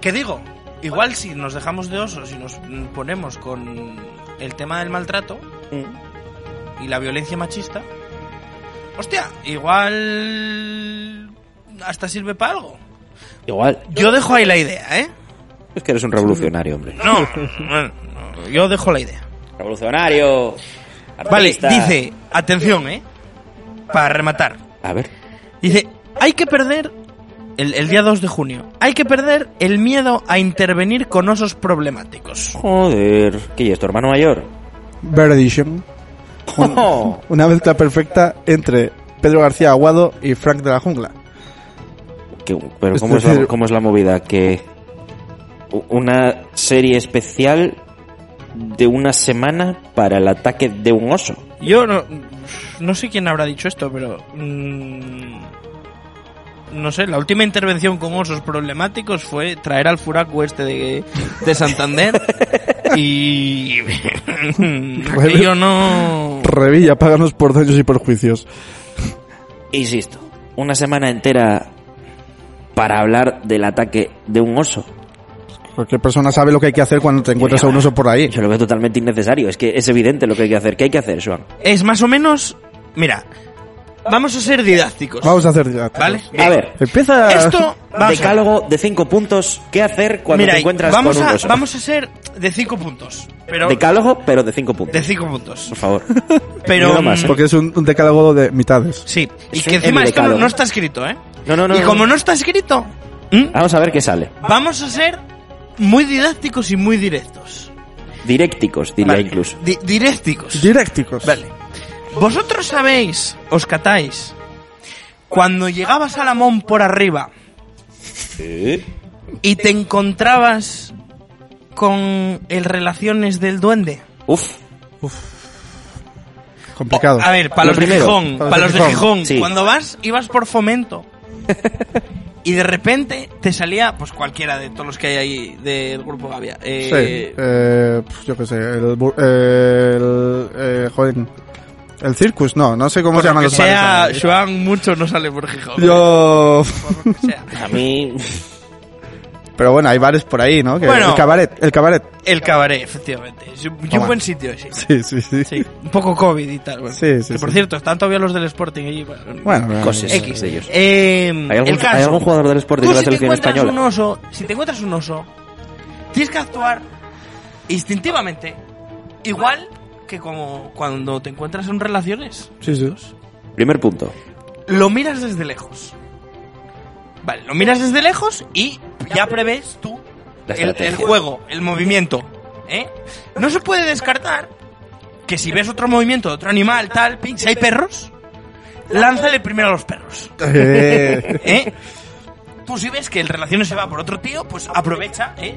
C: ¿Qué digo? Igual si nos dejamos de osos y nos mm, ponemos con el tema del maltrato y la violencia machista, hostia, igual hasta sirve para algo.
A: Igual,
C: Yo dejo ahí la idea, ¿eh?
A: es que eres un revolucionario, hombre.
C: No, bueno, no, yo dejo la idea.
A: Revolucionario.
C: Vale,
A: artista.
C: dice, atención, ¿eh? Para rematar.
A: A ver.
C: Dice, hay que perder, el, el día 2 de junio, hay que perder el miedo a intervenir con osos problemáticos.
A: Joder. ¿Qué es tu hermano mayor?
B: Verdition. Un-
A: Oh.
B: una mezcla perfecta entre Pedro García Aguado y Frank de la Jungla.
A: Que- pero
B: Es
A: ¿cómo es, la,
B: decir-
A: cómo es la movida? Que u- una serie especial de una semana para el ataque de un oso.
C: Yo no, no sé quién habrá dicho esto, pero... mm, no sé, la última intervención con osos problemáticos fue traer al furaco este de, de Santander y... aquello no...
B: Revilla, páganos por daños y por juicios.
A: Insisto, una semana entera para hablar del ataque de un oso.
B: Cualquier persona sabe lo que hay que hacer cuando te encuentras a un oso por ahí.
A: Yo lo veo totalmente innecesario. Es que es evidente lo que hay que hacer. ¿Qué hay que hacer, Joan?
C: Es más o menos... Mira, vamos a ser didácticos.
B: Vamos a hacer ya.
C: ¿Vale?
A: A ver,
B: Empieza.
C: Esto... vamos a ver.
A: decálogo de cinco puntos. ¿Qué hacer cuando
C: Mira,
A: te encuentras
C: vamos
A: con un
C: a,
A: oso?
C: Vamos a ser de 5 puntos. Pero
A: Decálogo, pero de cinco puntos.
C: de 5 puntos.
A: Por favor.
C: Pero mm,
A: Nada más, ¿eh?
B: Porque es un, un decálogo de mitades.
C: sí, y
A: Es
C: que
A: un
C: encima esto no,
A: decálogo.
C: no está escrito, ¿eh?
A: No, no, ¿Mm? no.
C: y como no está escrito, ¿m?
A: Vamos a ver qué sale.
C: vamos a ser muy didácticos y muy directos.
A: Directicos, diría
C: Vale.
A: incluso.
C: Di- directicos.
B: Didácticos.
C: vale. Vosotros sabéis, os catáis, cuando llegabas a Lamón por arriba y te encontrabas con el Relaciones del Duende.
A: Uf,
B: Complicado.
C: Oh, A ver, para
A: Lo
C: los de
A: primero.
C: Gijón,
B: Para los
C: para
B: de
C: los de
B: Gijón.
C: Gijón,
A: Sí.
C: cuando vas, ibas por fomento. y de repente te salía, pues cualquiera de todos los que hay ahí del grupo Gavia.
B: Sí,
C: Eh,
B: eh, pf, yo qué sé, el, bu- eh, el eh, joder, el circus, no, no sé cómo se llaman
C: que
B: los
C: sea
B: bares. ¿eh?
C: Joan, mucho no sale por Gijón.
B: Yo,
C: O sea,
A: a mí.
B: pero bueno, hay bares por ahí, ¿no? Que-
C: Bueno.
B: El cabaret, el cabaret.
C: el cabaret, efectivamente. Es un- y
B: Toma.
C: un buen sitio ese.
B: Sí, sí, sí.
C: Sí, un poco COVID y tal. bueno.
B: Sí, sí,
C: Que, por
B: sí.
C: cierto, están todavía los del Sporting allí.
B: Bueno, bueno,
A: Cosas
C: X.
A: de ellos.
C: Eh,
A: ¿Hay algún,
C: el caso.
A: hay algún jugador del Sporting
C: Tú,
A: de la
C: si te
A: selección
C: encuentras un
A: española?
C: oso, si te encuentras un oso, tienes que actuar instintivamente, igual que como cuando te encuentras en relaciones.
B: sí, sí.
A: Primer punto.
C: Lo miras desde lejos. Vale, lo miras desde lejos y ya prevés tú
A: La
C: el,
A: estrategia.
C: el juego, el movimiento. ¿eh? No se puede descartar que si ves otro movimiento de otro animal, tal, pin, si hay perros, lánzale primero a los perros.
B: Eh,
C: ¿eh? Tú si ves que el relaciones se va por otro tío, pues aprovecha, ¿eh?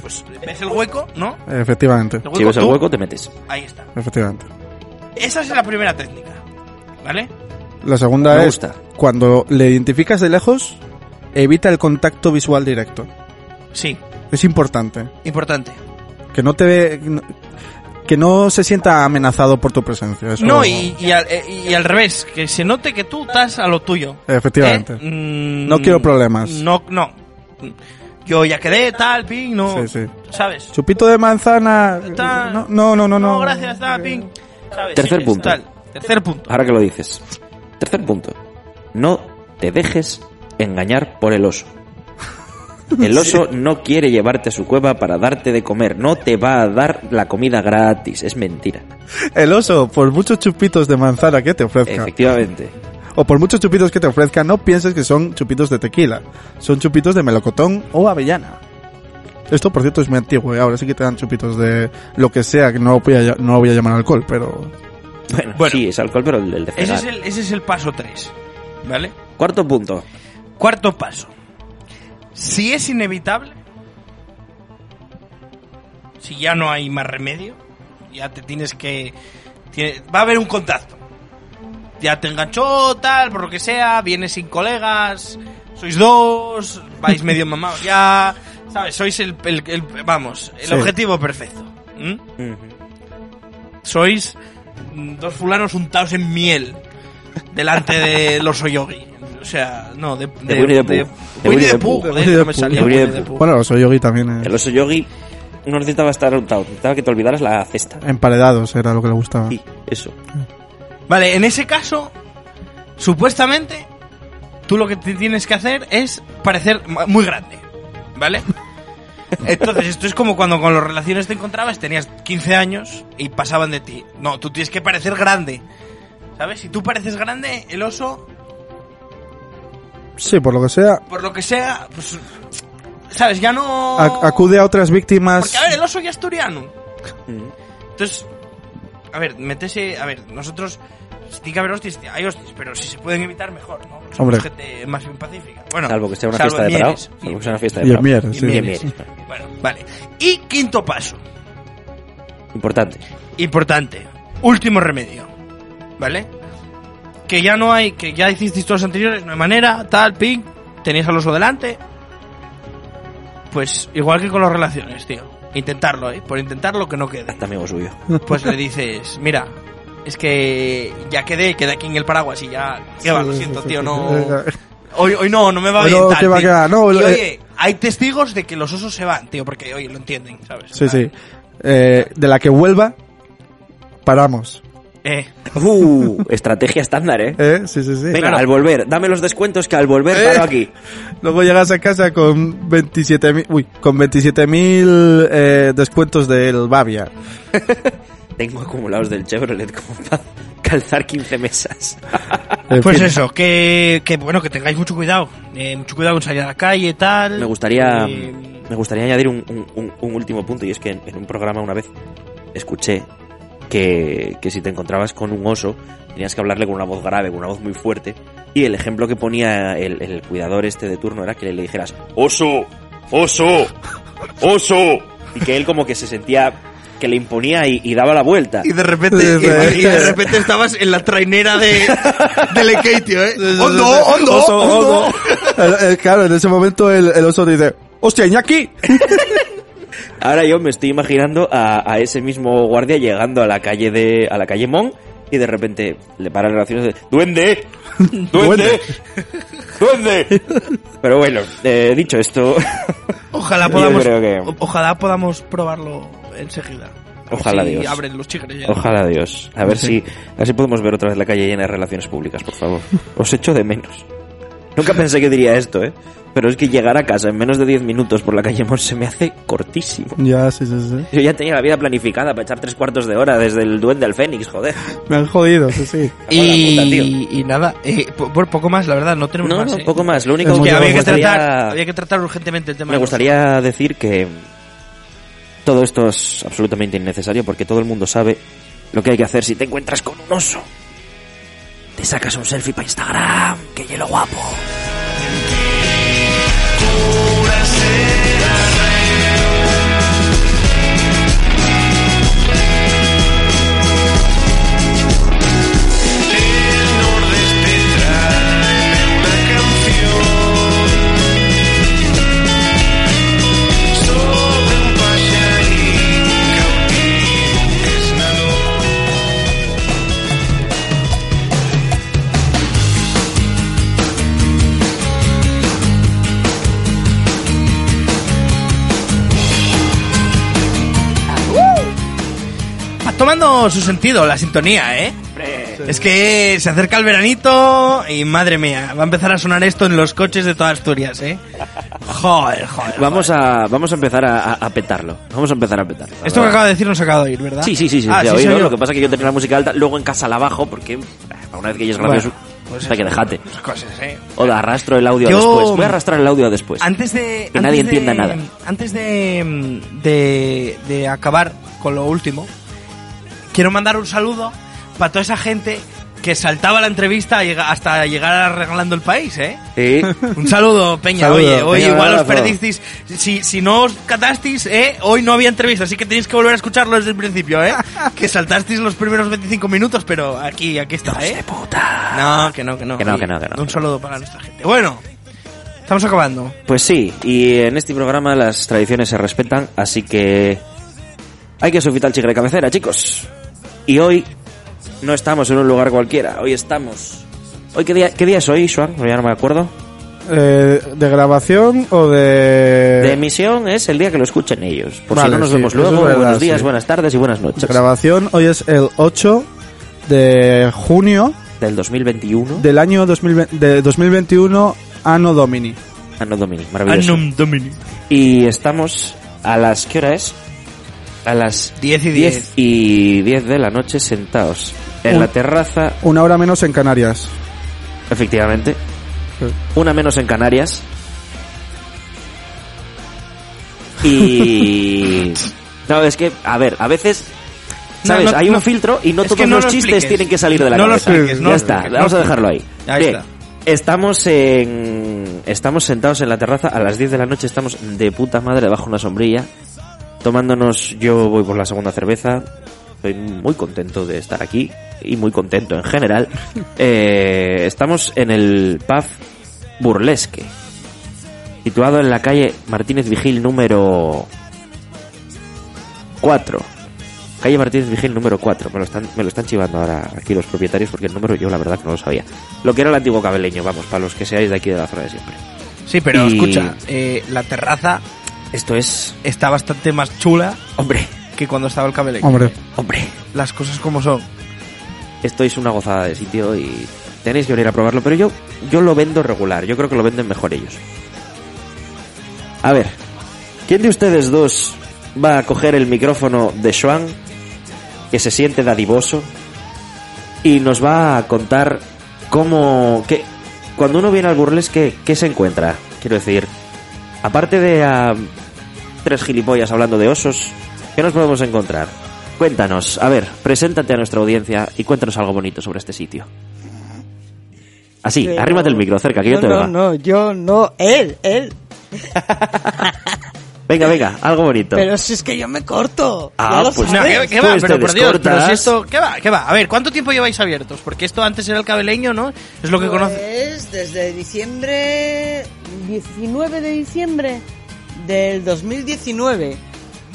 C: Pues ves el hueco, ¿no?
B: efectivamente,
C: El
A: Si ves el
C: tú,
A: hueco, te metes.
C: Ahí está.
B: efectivamente.
C: Esa es la primera técnica, ¿vale?
B: La segunda
A: Me
B: es
A: gusta.
B: cuando le identificas de lejos, evita el contacto visual directo.
C: Sí,
B: Es importante
C: importante.
B: que no te ve- que no se sienta amenazado por tu presencia.
A: Pues
B: Eso-
C: No, y, y al, eh, y al revés, que se note que tú estás a lo tuyo.
B: efectivamente.
C: ¿eh? Mm,
B: No quiero problemas.
C: No, no. Yo ya quedé, tal, ping, no.
B: Sí, sí.
C: ¿Sabes?
B: Chupito de manzana.
C: Tal.
B: No, no, no, no.
C: No,
B: no.
C: gracias, tal, ping. ¿Sabes?
A: Tercer
C: Sí,
A: punto.
C: tal. Tercer punto.
A: Ahora que lo dices. Tercer punto. No te dejes engañar por el oso. El oso no quiere llevarte a su cueva para darte de comer. No te va a dar la comida gratis. Es mentira.
B: El oso, por muchos chupitos de manzana que te ofrezca,
A: Efectivamente.
B: o por muchos chupitos que te ofrezca, no pienses que son chupitos de tequila. Son chupitos de melocotón o avellana. Esto, por cierto, es muy antiguo. ¿eh? Ahora sí que te dan chupitos de lo que sea, que no lo voy a, ll- no lo voy a llamar alcohol, pero...
A: Bueno,
C: Bueno.
A: sí, es alcohol, pero el, el de
C: Ese
A: fregar.
C: es el, ese es el paso 3. ¿Vale?
A: Cuarto punto.
C: Cuarto paso. Si es inevitable, si ya no hay más remedio, ya te tienes que. tiene- va a haber un contacto. Ya te enganchó, tal, por lo que sea, vienes sin colegas, sois dos, vais medio mamados ya, ¿sabes? Sois el. el- el- vamos, el
B: Sí.
C: objetivo perfecto. ¿m? sois mm, dos fulanos untados en miel delante de los Oyogi. O sea, no, de,
A: De Winnie the Pooh. De
C: Winnie
A: Winnie
C: the
A: the
C: Pooh,
A: Pooh.
C: joder,
B: De Winnie
C: no me
B: the
C: salía
A: Pooh.
C: Winnie
A: De
C: the
A: Winnie
C: Pooh.
B: Bueno, el oso yogi también. eh,
A: El oso yogi no necesitaba estar untado. Necesitaba que te olvidaras la cesta.
B: Emparedados era lo que le gustaba.
A: Sí, eso.
C: Vale, en ese caso, supuestamente, tú lo que te tienes que hacer es parecer ma- muy grande, ¿vale? Entonces, esto es como cuando con las relaciones te encontrabas, tenías 15 años y pasaban de ti. No, tú tienes que parecer grande, ¿sabes? Si tú pareces grande, el oso
B: Sí, por lo que sea,
C: por lo que sea, pues, ¿sabes? Ya no...
B: ac- acude a otras víctimas.
A: Mm.
C: Porque, a ver, el oso ya es asturiano. Entonces, a ver, métese, a ver, nosotros, si tiene que haber hostias, hay hostias, pero si se pueden evitar, mejor, ¿no? Somos
B: Hombre.
C: gente más bien pacífica. Bueno,
A: Salvo que sea una
C: salvo
A: fiesta de
C: en
A: Prado.
C: Mieres.
A: Salvo que sea una fiesta de
B: Y en
A: Prado.
B: Mieres,
C: Y
B: sí.
C: en
A: Y en
C: Mieres.
A: Mieres, vale.
C: Bueno, vale. Y quinto paso,
A: Importante.
C: importante, último remedio, ¿vale? Que ya no hay, que ya hicisteis todos los anteriores, no hay manera, tal, ping, tenéis al oso delante. Pues igual que con las relaciones, tío. Intentarlo, ¿eh? Por intentarlo que no quede.
A: Hasta amigo suyo.
C: pues le dices, mira, es que ya quedé, quedé aquí en el paraguas y ya, qué va, lo
B: Sí,
C: siento,
B: sí,
C: tío,
B: sí.
C: no... Hoy, hoy no, no me va
B: Hoy no
C: bien tal,
B: te va a
C: tío.
B: quedar, no,
C: Y,
B: eh.
C: oye, hay testigos de que los osos se van, tío, porque, oye, lo entienden, ¿sabes?
B: Sí, sí. Eh, de la que vuelva, paramos.
C: Eh,
A: Uh, estrategia estándar, ¿eh?
B: ¿Eh? Sí, sí, sí.
A: Venga, al volver, dame los descuentos que al volver
B: Eh.
A: paro aquí.
B: Luego llegas a casa con 27.000 uy, con 27.000 eh, descuentos del Bavia.
A: Tengo acumulados del Chevrolet como para calzar 15 mesas.
B: En
C: pues
B: fin.
C: eso, que, que, bueno, que tengáis mucho cuidado, eh, mucho cuidado con salir a la calle, tal...
A: Me gustaría,
C: Eh,
A: me gustaría añadir un, un- un- un último punto, y es que en, en un programa una vez escuché que, que si te encontrabas con un oso, tenías que hablarle con una voz grave, con una voz muy fuerte, y el ejemplo que ponía el, el cuidador este de turno era que le dijeras, oso, oso, oso, y que él como que se sentía que le imponía y, y daba la vuelta.
C: de repente,
B: Sí, sí.
C: repente estabas en la trainera de, de Lekei, tío, ¿eh?
B: Oso,
C: Oh,
B: oso. El- el- claro, en ese momento el, el oso dice, hostia, Iñaki.
A: Ahora yo me estoy imaginando a, a ese mismo guardia llegando a la calle de a la calle Mon y de repente le paran las relaciones de duende, duende, duende. Pero bueno, eh, dicho esto,
C: Ojalá
A: Yo
C: podamos,
A: creo que-
C: o- ojalá podamos probarlo enseguida. A ver
A: Ojalá,
C: si
A: Dios.
C: abren los chigres ya.
A: ojalá Dios, a ver si a ver si podemos ver otra vez la calle llena de relaciones públicas, por favor. Os echo de menos. Nunca pensé que diría esto, ¿eh? Pero es que llegar a casa en menos de 10 minutos por la calle Mon se me hace cortísimo.
B: Ya, sí, sí, sí.
A: Yo ya tenía la vida planificada para echar tres cuartos de hora desde el duende al Fénix, joder.
B: Me han jodido, sí, sí.
A: Ojalá, puta, tío.
C: Y, y nada, eh, po- por poco más, la verdad, no tenemos
A: No,
C: más.
A: no,
C: eh.
A: poco más. Lo único
B: Hemos
C: que
B: llegado
C: había que,
A: me gustaría-
C: tratar, había que tratar urgentemente el tema.
A: me
C: de los-
A: gustaría decir que todo esto es absolutamente innecesario porque todo el mundo sabe lo que hay que hacer si te encuentras con un oso. Te sacas un selfie para Instagram, que hielo guapo.
C: Va Ah, tomando su sentido la sintonía, ¿eh? Es que se acerca el veranito y madre mía, va a empezar a sonar esto en los coches de toda Asturias, ¿eh? Joder, joder.
A: Vamos a, vamos a empezar a, a- a petarlo. Vamos a empezar a petarlo.
C: Esto que acabo de decir no se acaba de oír, ¿verdad?
A: Sí, sí, sí, sí.
C: Ah,
A: se ha oído.
C: se oyó.
A: Lo que pasa es que yo tenía la música alta, luego en casa la bajo porque ah, una vez que ya es
C: Bueno,
A: gracioso,
C: pues
A: hasta que
C: eso,
A: dejate.
C: esas Cosas, ¿eh?
A: O la arrastro el audio a
C: Yo-
A: después. Voy a arrastrar el audio a después.
C: Antes de.
A: Pues Que
C: antes
A: nadie
C: de-
A: entienda nada.
C: Antes de, de, de acabar con lo último, quiero mandar un saludo para toda esa gente que saltaba la entrevista llega- hasta llegar a arreglando el país, ¿eh?
A: Sí.
C: Un saludo, Peña.
B: Saludo,
C: oye, hoy
B: Peña,
C: igual
A: un
C: os
A: abrazo.
C: perdisteis. Si, si no os catasteis, ¿eh? hoy no había entrevista, así que tenéis que volver a escucharlo desde el principio, ¿eh? que saltasteis los primeros 25 minutos, pero aquí, aquí está, ¿eh? No, que no, que no.
A: Que no,
C: Oye,
A: que no, que no.
C: Un saludo para nuestra gente. Bueno, estamos acabando.
A: Pues sí, y en este programa las tradiciones se respetan, así que hay que sufitar el chigre de cabecera, chicos. Y hoy no estamos en un lugar cualquiera, hoy estamos... Hoy ¿Qué día, qué día es hoy, Juan? Ya no me acuerdo.
B: Eh, ¿De grabación o de...?
A: De emisión es el día que lo escuchen ellos. Por si
B: Eh, Vale,
A: no nos
B: sí,
A: vemos
B: pues eso es
A: luego,
B: verdad,
A: buenos días,
B: sí.
A: buenas tardes y buenas noches.
B: De grabación, hoy es el 8 de junio
A: Del 2021,
B: del año 2020 de 2021, Anno Domini.
A: Anno Ah, Domini, maravilloso.
C: Annum Domini.
A: Y estamos a las... ¿Qué hora es? A las
C: 10 y
A: 10
C: 10.
A: y 10 de la noche sentados en
B: Un-
A: la terraza
B: Una hora menos en Canarias.
A: Efectivamente.
B: Sí.
A: Una menos en Canarias. Y... No, es que, a ver, a veces ¿Sabes?
C: no-
A: Hay un
C: no-
A: filtro y no
C: es
A: todos
C: que no
A: los
C: lo
A: chistes
C: expliques.
A: tienen que salir de la
C: No lo
A: cabeza.
C: expliques, no
A: ya
C: lo
A: está,
C: expliques,
A: vamos
C: no
A: a
C: lo
A: dejarlo ahí.
C: Ahí
A: Bien,
C: está.
A: Estamos en... Estamos sentados en la terraza a las 10 de la noche, estamos de puta madre bajo una sombrilla, tomándonos... Yo voy por la segunda cerveza, estoy muy contento de estar aquí y muy contento en general. Eh, estamos en el pub Burlesque, situado en la calle Martínez Vigil número 4. Calle Martínez Vigil número 4. Me lo, están, me lo están chivando ahora aquí los propietarios porque el número yo la verdad que no lo sabía. Lo que era el antiguo cabeleño, vamos, para los que seáis de aquí de la zona de siempre.
C: Sí, pero
A: Y-
C: escucha, eh, la terraza
A: Esto es...
C: está bastante más chula
A: Hombre,
C: que cuando estaba el cabello.
B: Hombre,
A: hombre.
C: Las cosas como son.
A: Esto es una gozada de sitio y tenéis que venir a probarlo, pero yo, yo lo vendo regular, yo creo que lo venden mejor ellos. A ver, ¿quién de ustedes dos va a coger el micrófono de Schwan, que se siente dadivoso, y nos va a contar cómo... Que, cuando uno viene al burlesque, ¿qué se encuentra? Quiero decir, aparte de a tres gilipollas hablando de osos, ¿qué nos podemos encontrar? Cuéntanos, a ver, preséntate a nuestra audiencia y cuéntanos algo bonito sobre este sitio. Así,
F: Pero-
A: arrímate el micro, cerca, que yo
F: no,
A: te
F: no,
A: veo.
F: no, yo no, él, él.
A: Venga, venga, algo bonito.
F: Pero si es que yo me corto.
A: Ah,
F: ya lo
A: pues
C: No,
F: sabes.
C: ¿qué, qué
A: Tú
C: va?
A: este
C: Pero por Dios, pero
A: descortas.
C: si esto... ¿Qué va? ¿Qué va? A ver, ¿cuánto tiempo lleváis abiertos? Porque esto antes era el cabeleño, ¿no? Es lo que conoce...
F: Pues desde diciembre, 19 de diciembre del 2019.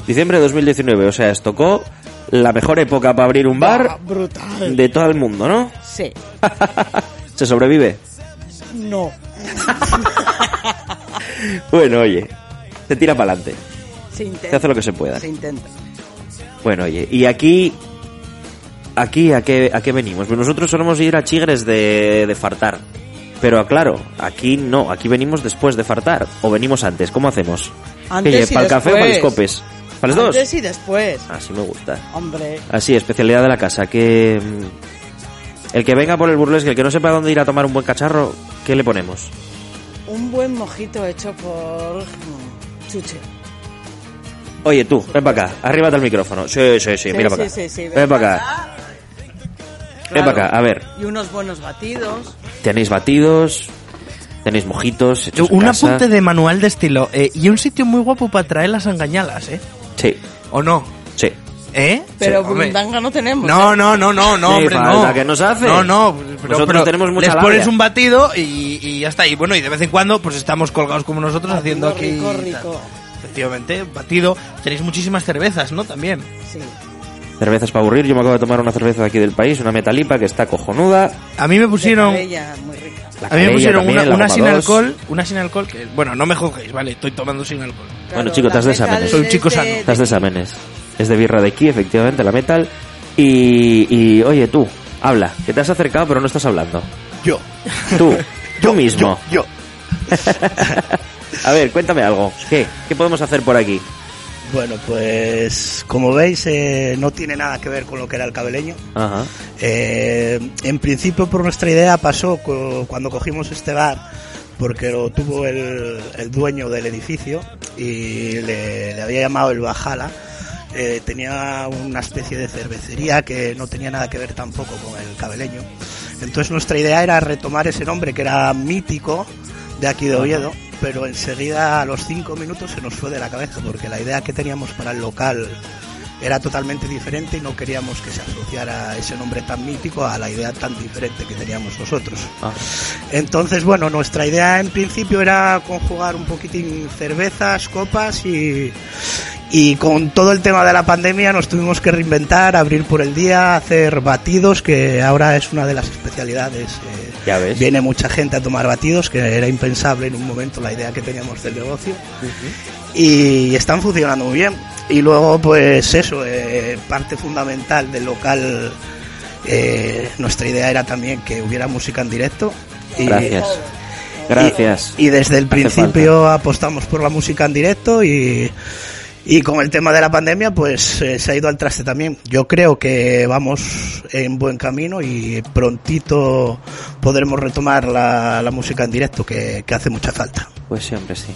A: Diciembre de 2019, o sea, os tocó la mejor época para abrir un
F: Ah,
A: bar
F: brutal.
A: de todo el mundo, ¿no?
F: Sí.
A: Se sobrevive.
F: No.
A: Bueno, oye, se tira para adelante,
F: Se intenta.
A: se hace lo que se pueda.
F: Se intenta.
A: Bueno, oye, y aquí... Aquí, ¿a qué, ¿a qué venimos? Pues Nosotros solemos ir a chigres de, de fartar. Pero claro, aquí no, aquí venimos después de fartar. O venimos antes, ¿cómo hacemos?
F: Antes y
A: ¿Para el café o para los
F: después.
A: copes? ¿Para los
F: Antes
A: dos?
F: y después.
A: Así me gusta.
F: Hombre.
A: Así, especialidad de la casa, que... mm, El que venga por el burlesque, el que no sepa dónde ir a tomar un buen cacharro, ¿qué le ponemos?
F: Un buen mojito hecho por mm, Chuche.
A: Oye, tú, ven para acá, arríbate al micrófono. Sí, sí, sí,
F: Sí,
A: mira para
F: sí,
A: acá.
F: sí, sí,
A: Ven para acá, ven
F: Claro.
A: para acá. A ver,
F: Y unos buenos batidos.
A: tenéis batidos, tenéis mojitos, hechos en
C: Un
A: casa.
C: apunte de manual de estilo. eh, y un sitio muy guapo para traer las angañalas, ¿eh?
A: Sí,
C: ¿O no?
A: sí.
C: ¿Eh?
F: Pero
C: Sí, hombre.
F: burundanga no tenemos.
C: No, no, no, no, no,
A: Ni
C: hombre,
A: falta
C: no.
A: que nos hace.
C: No, no, pero,
A: Nosotros
C: pero
A: tenemos mucha
C: les
A: labia.
C: pones un batido y, y ya está. Y bueno, y de vez en cuando pues estamos colgados como nosotros haciendo aquí...
F: Rico,
C: tal.
F: rico.
C: Efectivamente, batido. Tenéis muchísimas cervezas, ¿no? También.
F: Sí.
A: Cervezas para aburrir, yo me acabo de tomar una cerveza de aquí del país, una metalipa que está cojonuda.
C: A mí me pusieron...
F: Ella, muy rica.
A: La
C: A mí me
A: Calella
C: pusieron
A: también,
C: una,
A: la
C: una
A: Goma
C: sin
A: 2.
C: alcohol, una sin alcohol, que bueno, no me juzguéis, vale, estoy tomando sin alcohol.
A: Bueno,
F: Claro,
A: chicos,
F: la
A: estás de
F: metal
A: exámenes.
C: Soy un
F: es
C: chico sano.
A: Estás de exámenes. Es de birra de aquí, efectivamente, la metal. Y, y, oye, tú, habla, que te has acercado pero no estás hablando.
C: Yo,
A: Tú, tú mismo.
C: yo.
A: A ver, cuéntame algo. ¿Qué? ¿Qué podemos hacer por aquí?
G: Bueno, pues como veis eh, no tiene nada que ver con lo que era el cabeleño.
A: Ajá.
G: Eh, en principio por nuestra idea pasó cu- cuando cogimos este bar porque lo tuvo el, el dueño del edificio y le, le había llamado el Bajala. Eh, tenía una especie de cervecería que no tenía nada que ver tampoco con el cabeleño. Entonces nuestra idea era retomar ese nombre que era mítico de aquí de Oviedo, pero enseguida a los cinco minutos se nos fue de la cabeza porque la idea que teníamos para el local era totalmente diferente y no queríamos que se asociara ese nombre tan mítico a la idea tan diferente que teníamos nosotros.
A: Ah.
G: Entonces, bueno, nuestra idea en principio era conjugar un poquitín cervezas, copas y, y con todo el tema de la pandemia nos tuvimos que reinventar, abrir por el día, hacer batidos, que ahora es una de las especialidades. eh,
A: Ya ves.
G: Viene mucha gente a tomar batidos, que era impensable en un momento la idea que teníamos del negocio. Y están funcionando muy bien. Y luego, pues eso, eh, parte fundamental del local, eh, nuestra idea era también que hubiera música en directo. Y-
A: Gracias. Gracias.
G: y desde el
A: Hace
G: principio apostamos por la música en directo y, y con el tema de la pandemia pues eh, se ha ido al traste también. Yo creo que vamos en buen camino y prontito podremos retomar la, la música en directo que, que hace mucha falta.
A: Pues sí, hombre, sí.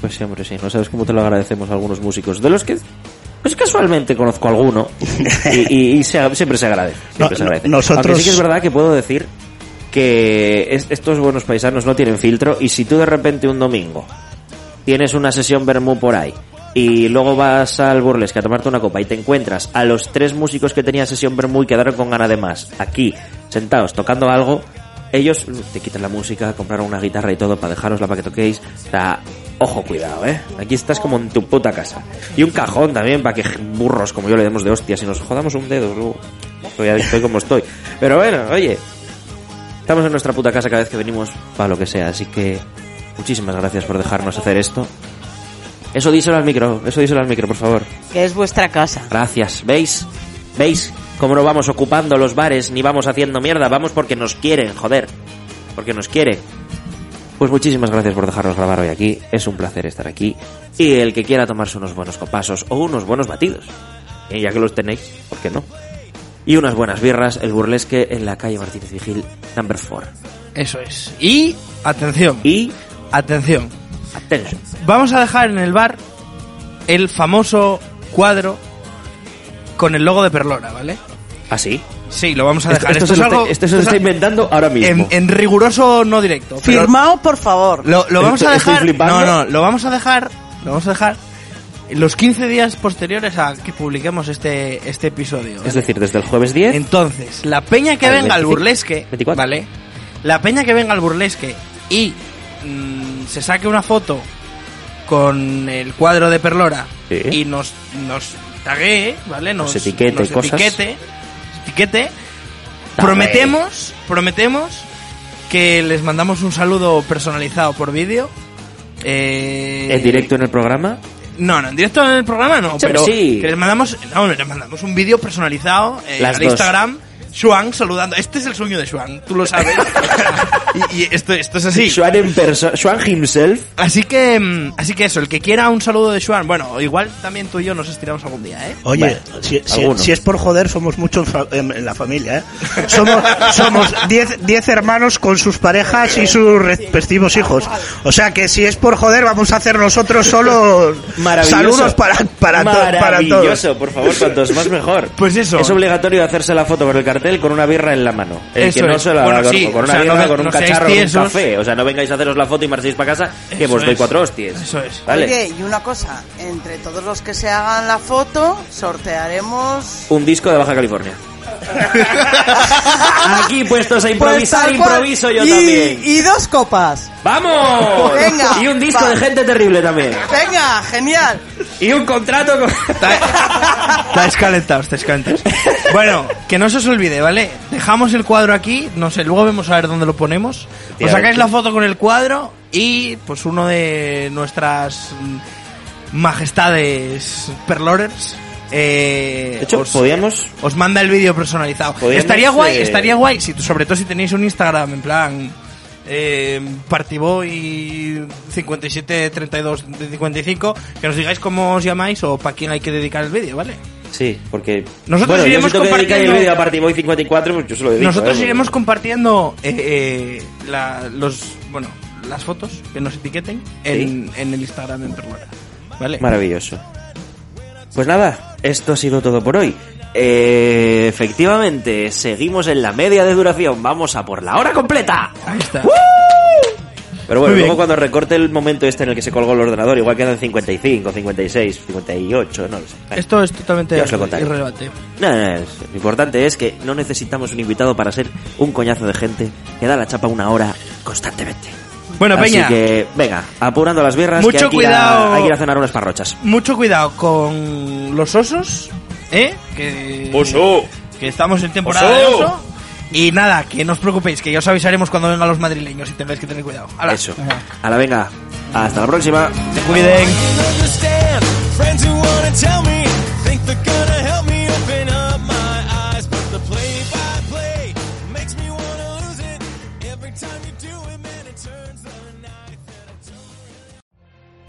A: Pues sí, hombre, sí. No sabes cómo te lo agradecemos a algunos músicos. De los que Pues casualmente conozco alguno y, y- y se- siempre se agradece. siempre
G: No,
A: se agradece.
G: no, nosotros-
A: Aunque sí que es verdad que puedo decir que es- estos buenos paisanos no tienen filtro y si tú de repente un domingo tienes una sesión Bermú por ahí y luego vas al Burlesque a tomarte una copa y te encuentras a los tres músicos que tenían sesión Bermú y quedaron con ganas de más aquí, sentados, tocando algo, ellos te quitan la música, compraron una guitarra y todo para dejarosla para que toquéis. O sea, ojo, cuidado, ¿eh? Aquí estás como en tu puta casa. Y un cajón también para que burros como yo le demos de hostias y nos jodamos un dedo luego. Estoy, estoy como estoy. Pero bueno, oye, Estamos en nuestra puta casa cada vez que venimos, para lo que sea, así que muchísimas gracias por dejarnos hacer esto. Eso díselo al micro, eso díselo al micro, por favor.
F: Que es vuestra casa.
A: Gracias, ¿veis? ¿Veis cómo no vamos ocupando los bares ni vamos haciendo mierda? Vamos porque nos quieren, joder. Porque nos quieren. Pues muchísimas gracias por dejarnos grabar hoy aquí. Es un placer estar aquí. Y el que quiera tomarse unos buenos copasos o unos buenos batidos, y ya que los tenéis, ¿por qué no? Y unas buenas birras, el burlesque en la calle Martínez Vigil, number 4.
C: Eso es. Y, atención,
A: Y
C: atención.
A: atención.
C: Vamos a dejar en el bar el famoso cuadro con el logo de Perlora, ¿vale?
A: ¿Así?
C: Sí, lo vamos a dejar.
A: esto, se lo
C: algo-
A: está- esto se lo
C: esto
A: está
C: es
A: inventando ahora mismo.
C: en, en riguroso no directo. pero-
F: Firmao, por favor.
C: Lo, lo vamos a
A: Estoy- estoy
C: dejar.
A: flipando.
C: No, no, lo vamos a dejar. Lo vamos a dejar los 15 días posteriores a que publiquemos este, este episodio. ¿vale?
A: Es decir, desde el jueves 10.
C: entonces, la peña que
A: Al
C: venga al
A: 25,
C: burlesque,
A: 24.
C: ¿vale? La peña que venga al burlesque y mm, se saque una foto con el cuadro de Perlora
A: Sí.
C: y nos nos taguee, ¿vale? Nos,
A: etiquete
C: nos
A: cosas.
C: etiquete, etiquete.
A: Taguee.
C: Prometemos, prometemos que les mandamos un saludo personalizado por vídeo. eh,
A: en directo en el programa.
C: no, no, en directo en el programa no,
A: Sí,
C: pero
A: sí.
C: que les mandamos, no, les mandamos un vídeo personalizado eh,
A: Las
C: al
A: dos.
C: Instagram. Shuang saludando. Este es el sueño de Shuang, tú lo sabes. y, y esto, esto es así.
A: Swan en perso- Swan himself.
C: Así que, mm, así que eso, el que quiera un saludo de Shuang, bueno, igual también tú y yo nos estiramos algún día, ¿eh?
G: Oye,
A: Bueno,
G: si, si-
A: alguno.
G: si es por joder, somos muchos en fa- en, en la familia, ¿eh? Somos 10 somos diez- diez hermanos con sus parejas y sus respectivos hijos. O sea que si es por joder, vamos a hacer nosotros solo
A: Maravilloso.
G: saludos para, para, to- para todos.
A: Maravilloso, por favor, cuantos más mejor.
C: Pues eso.
A: Es obligatorio hacerse la foto con el cartel con una birra en la mano. El
C: Eso
A: que no
C: es.
A: se la
C: Bueno,
A: con,
C: sí,
A: con
C: o
A: una
C: sea, no
A: birra,
C: ve-
A: con un
C: no seáis
A: cacharro, con un
C: tiesos.
A: café. O sea, no vengáis a haceros la foto y marchéis para casa, que
C: Eso
A: vos doy
C: es.
A: cuatro hostias.
C: Eso es.
A: ¿Vale?
F: Oye, y una cosa, entre todos los que se hagan la foto, sortearemos...
A: Un disco de Baja California. Aquí puestos a improvisar,
F: Pues tal cual.
A: improviso yo
F: y,
A: también.
F: Y dos copas.
A: ¡Vamos!
F: Venga,
A: y un disco
F: va.
A: de gente terrible también.
F: Venga, genial.
A: Y un contrato con...
C: Está- Estáis calentados, estáis calentados. Bueno, que no se os olvide, ¿vale? Dejamos el cuadro aquí, no sé, luego vemos a ver dónde lo ponemos. Os sacáis la foto con el cuadro y pues uno de nuestras mm, majestades perlorers eh,
A: De hecho,
C: os,
A: podíamos...
C: os manda el vídeo personalizado.
A: Podíamos,
C: estaría guay,
A: eh,
C: estaría guay, si, sobre todo si tenéis un Instagram en plan... Eh, Partiboy 57 32 55 que nos digáis cómo os llamáis o para quién hay que dedicar el vídeo, ¿vale?
A: Sí, porque...
C: Nosotros
A: bueno, yo
C: iremos
A: si tengo que dedicar el
C: compartiendo-
A: vídeo a Party Boy 54, pues yo se lo dedico.
C: Nosotros
A: ¿eh?
C: iremos compartiendo eh, eh, la- los, bueno, las fotos que nos etiqueten en, en el Instagram en Perlora. ¿Vale?
A: Maravilloso. Pues nada, esto ha sido todo por hoy. Eh, efectivamente, seguimos en la media de duración. Vamos a por la hora completa.
C: Ahí está.
A: ¡Uh! Pero bueno,
C: Muy bien.
A: luego cuando recorte el momento este en el que se colgó el ordenador, igual quedan 55, 56, 58, no lo sé. Bueno.
C: Esto es totalmente
A: Ya os lo contaré.
C: irrelevante.
A: No, no, no, es- Lo importante es que no necesitamos un invitado para ser un coñazo de gente que da la chapa una hora constantemente.
C: Bueno,
A: Así
C: Peña,
A: que, venga, apurando las birras,
C: Mucho
A: que hay que ir a-
C: cuidado.
A: hay que ir a cenar unas parrochas.
C: mucho cuidado con los osos, ¿eh? Que, que estamos en temporada de oso. Y nada, que no os preocupéis, que ya os avisaremos cuando vengan los madrileños y tengáis que tener cuidado. Hala.
A: Eso.
C: Venga.
A: A la venga. Hasta la próxima.
C: Se cuiden.
H: understand. Friends who wanna tell me think they're gonna help me open up my eyes, but the play-by-play makes me wanna lose it. Every time you do it, man, it turns out a knife.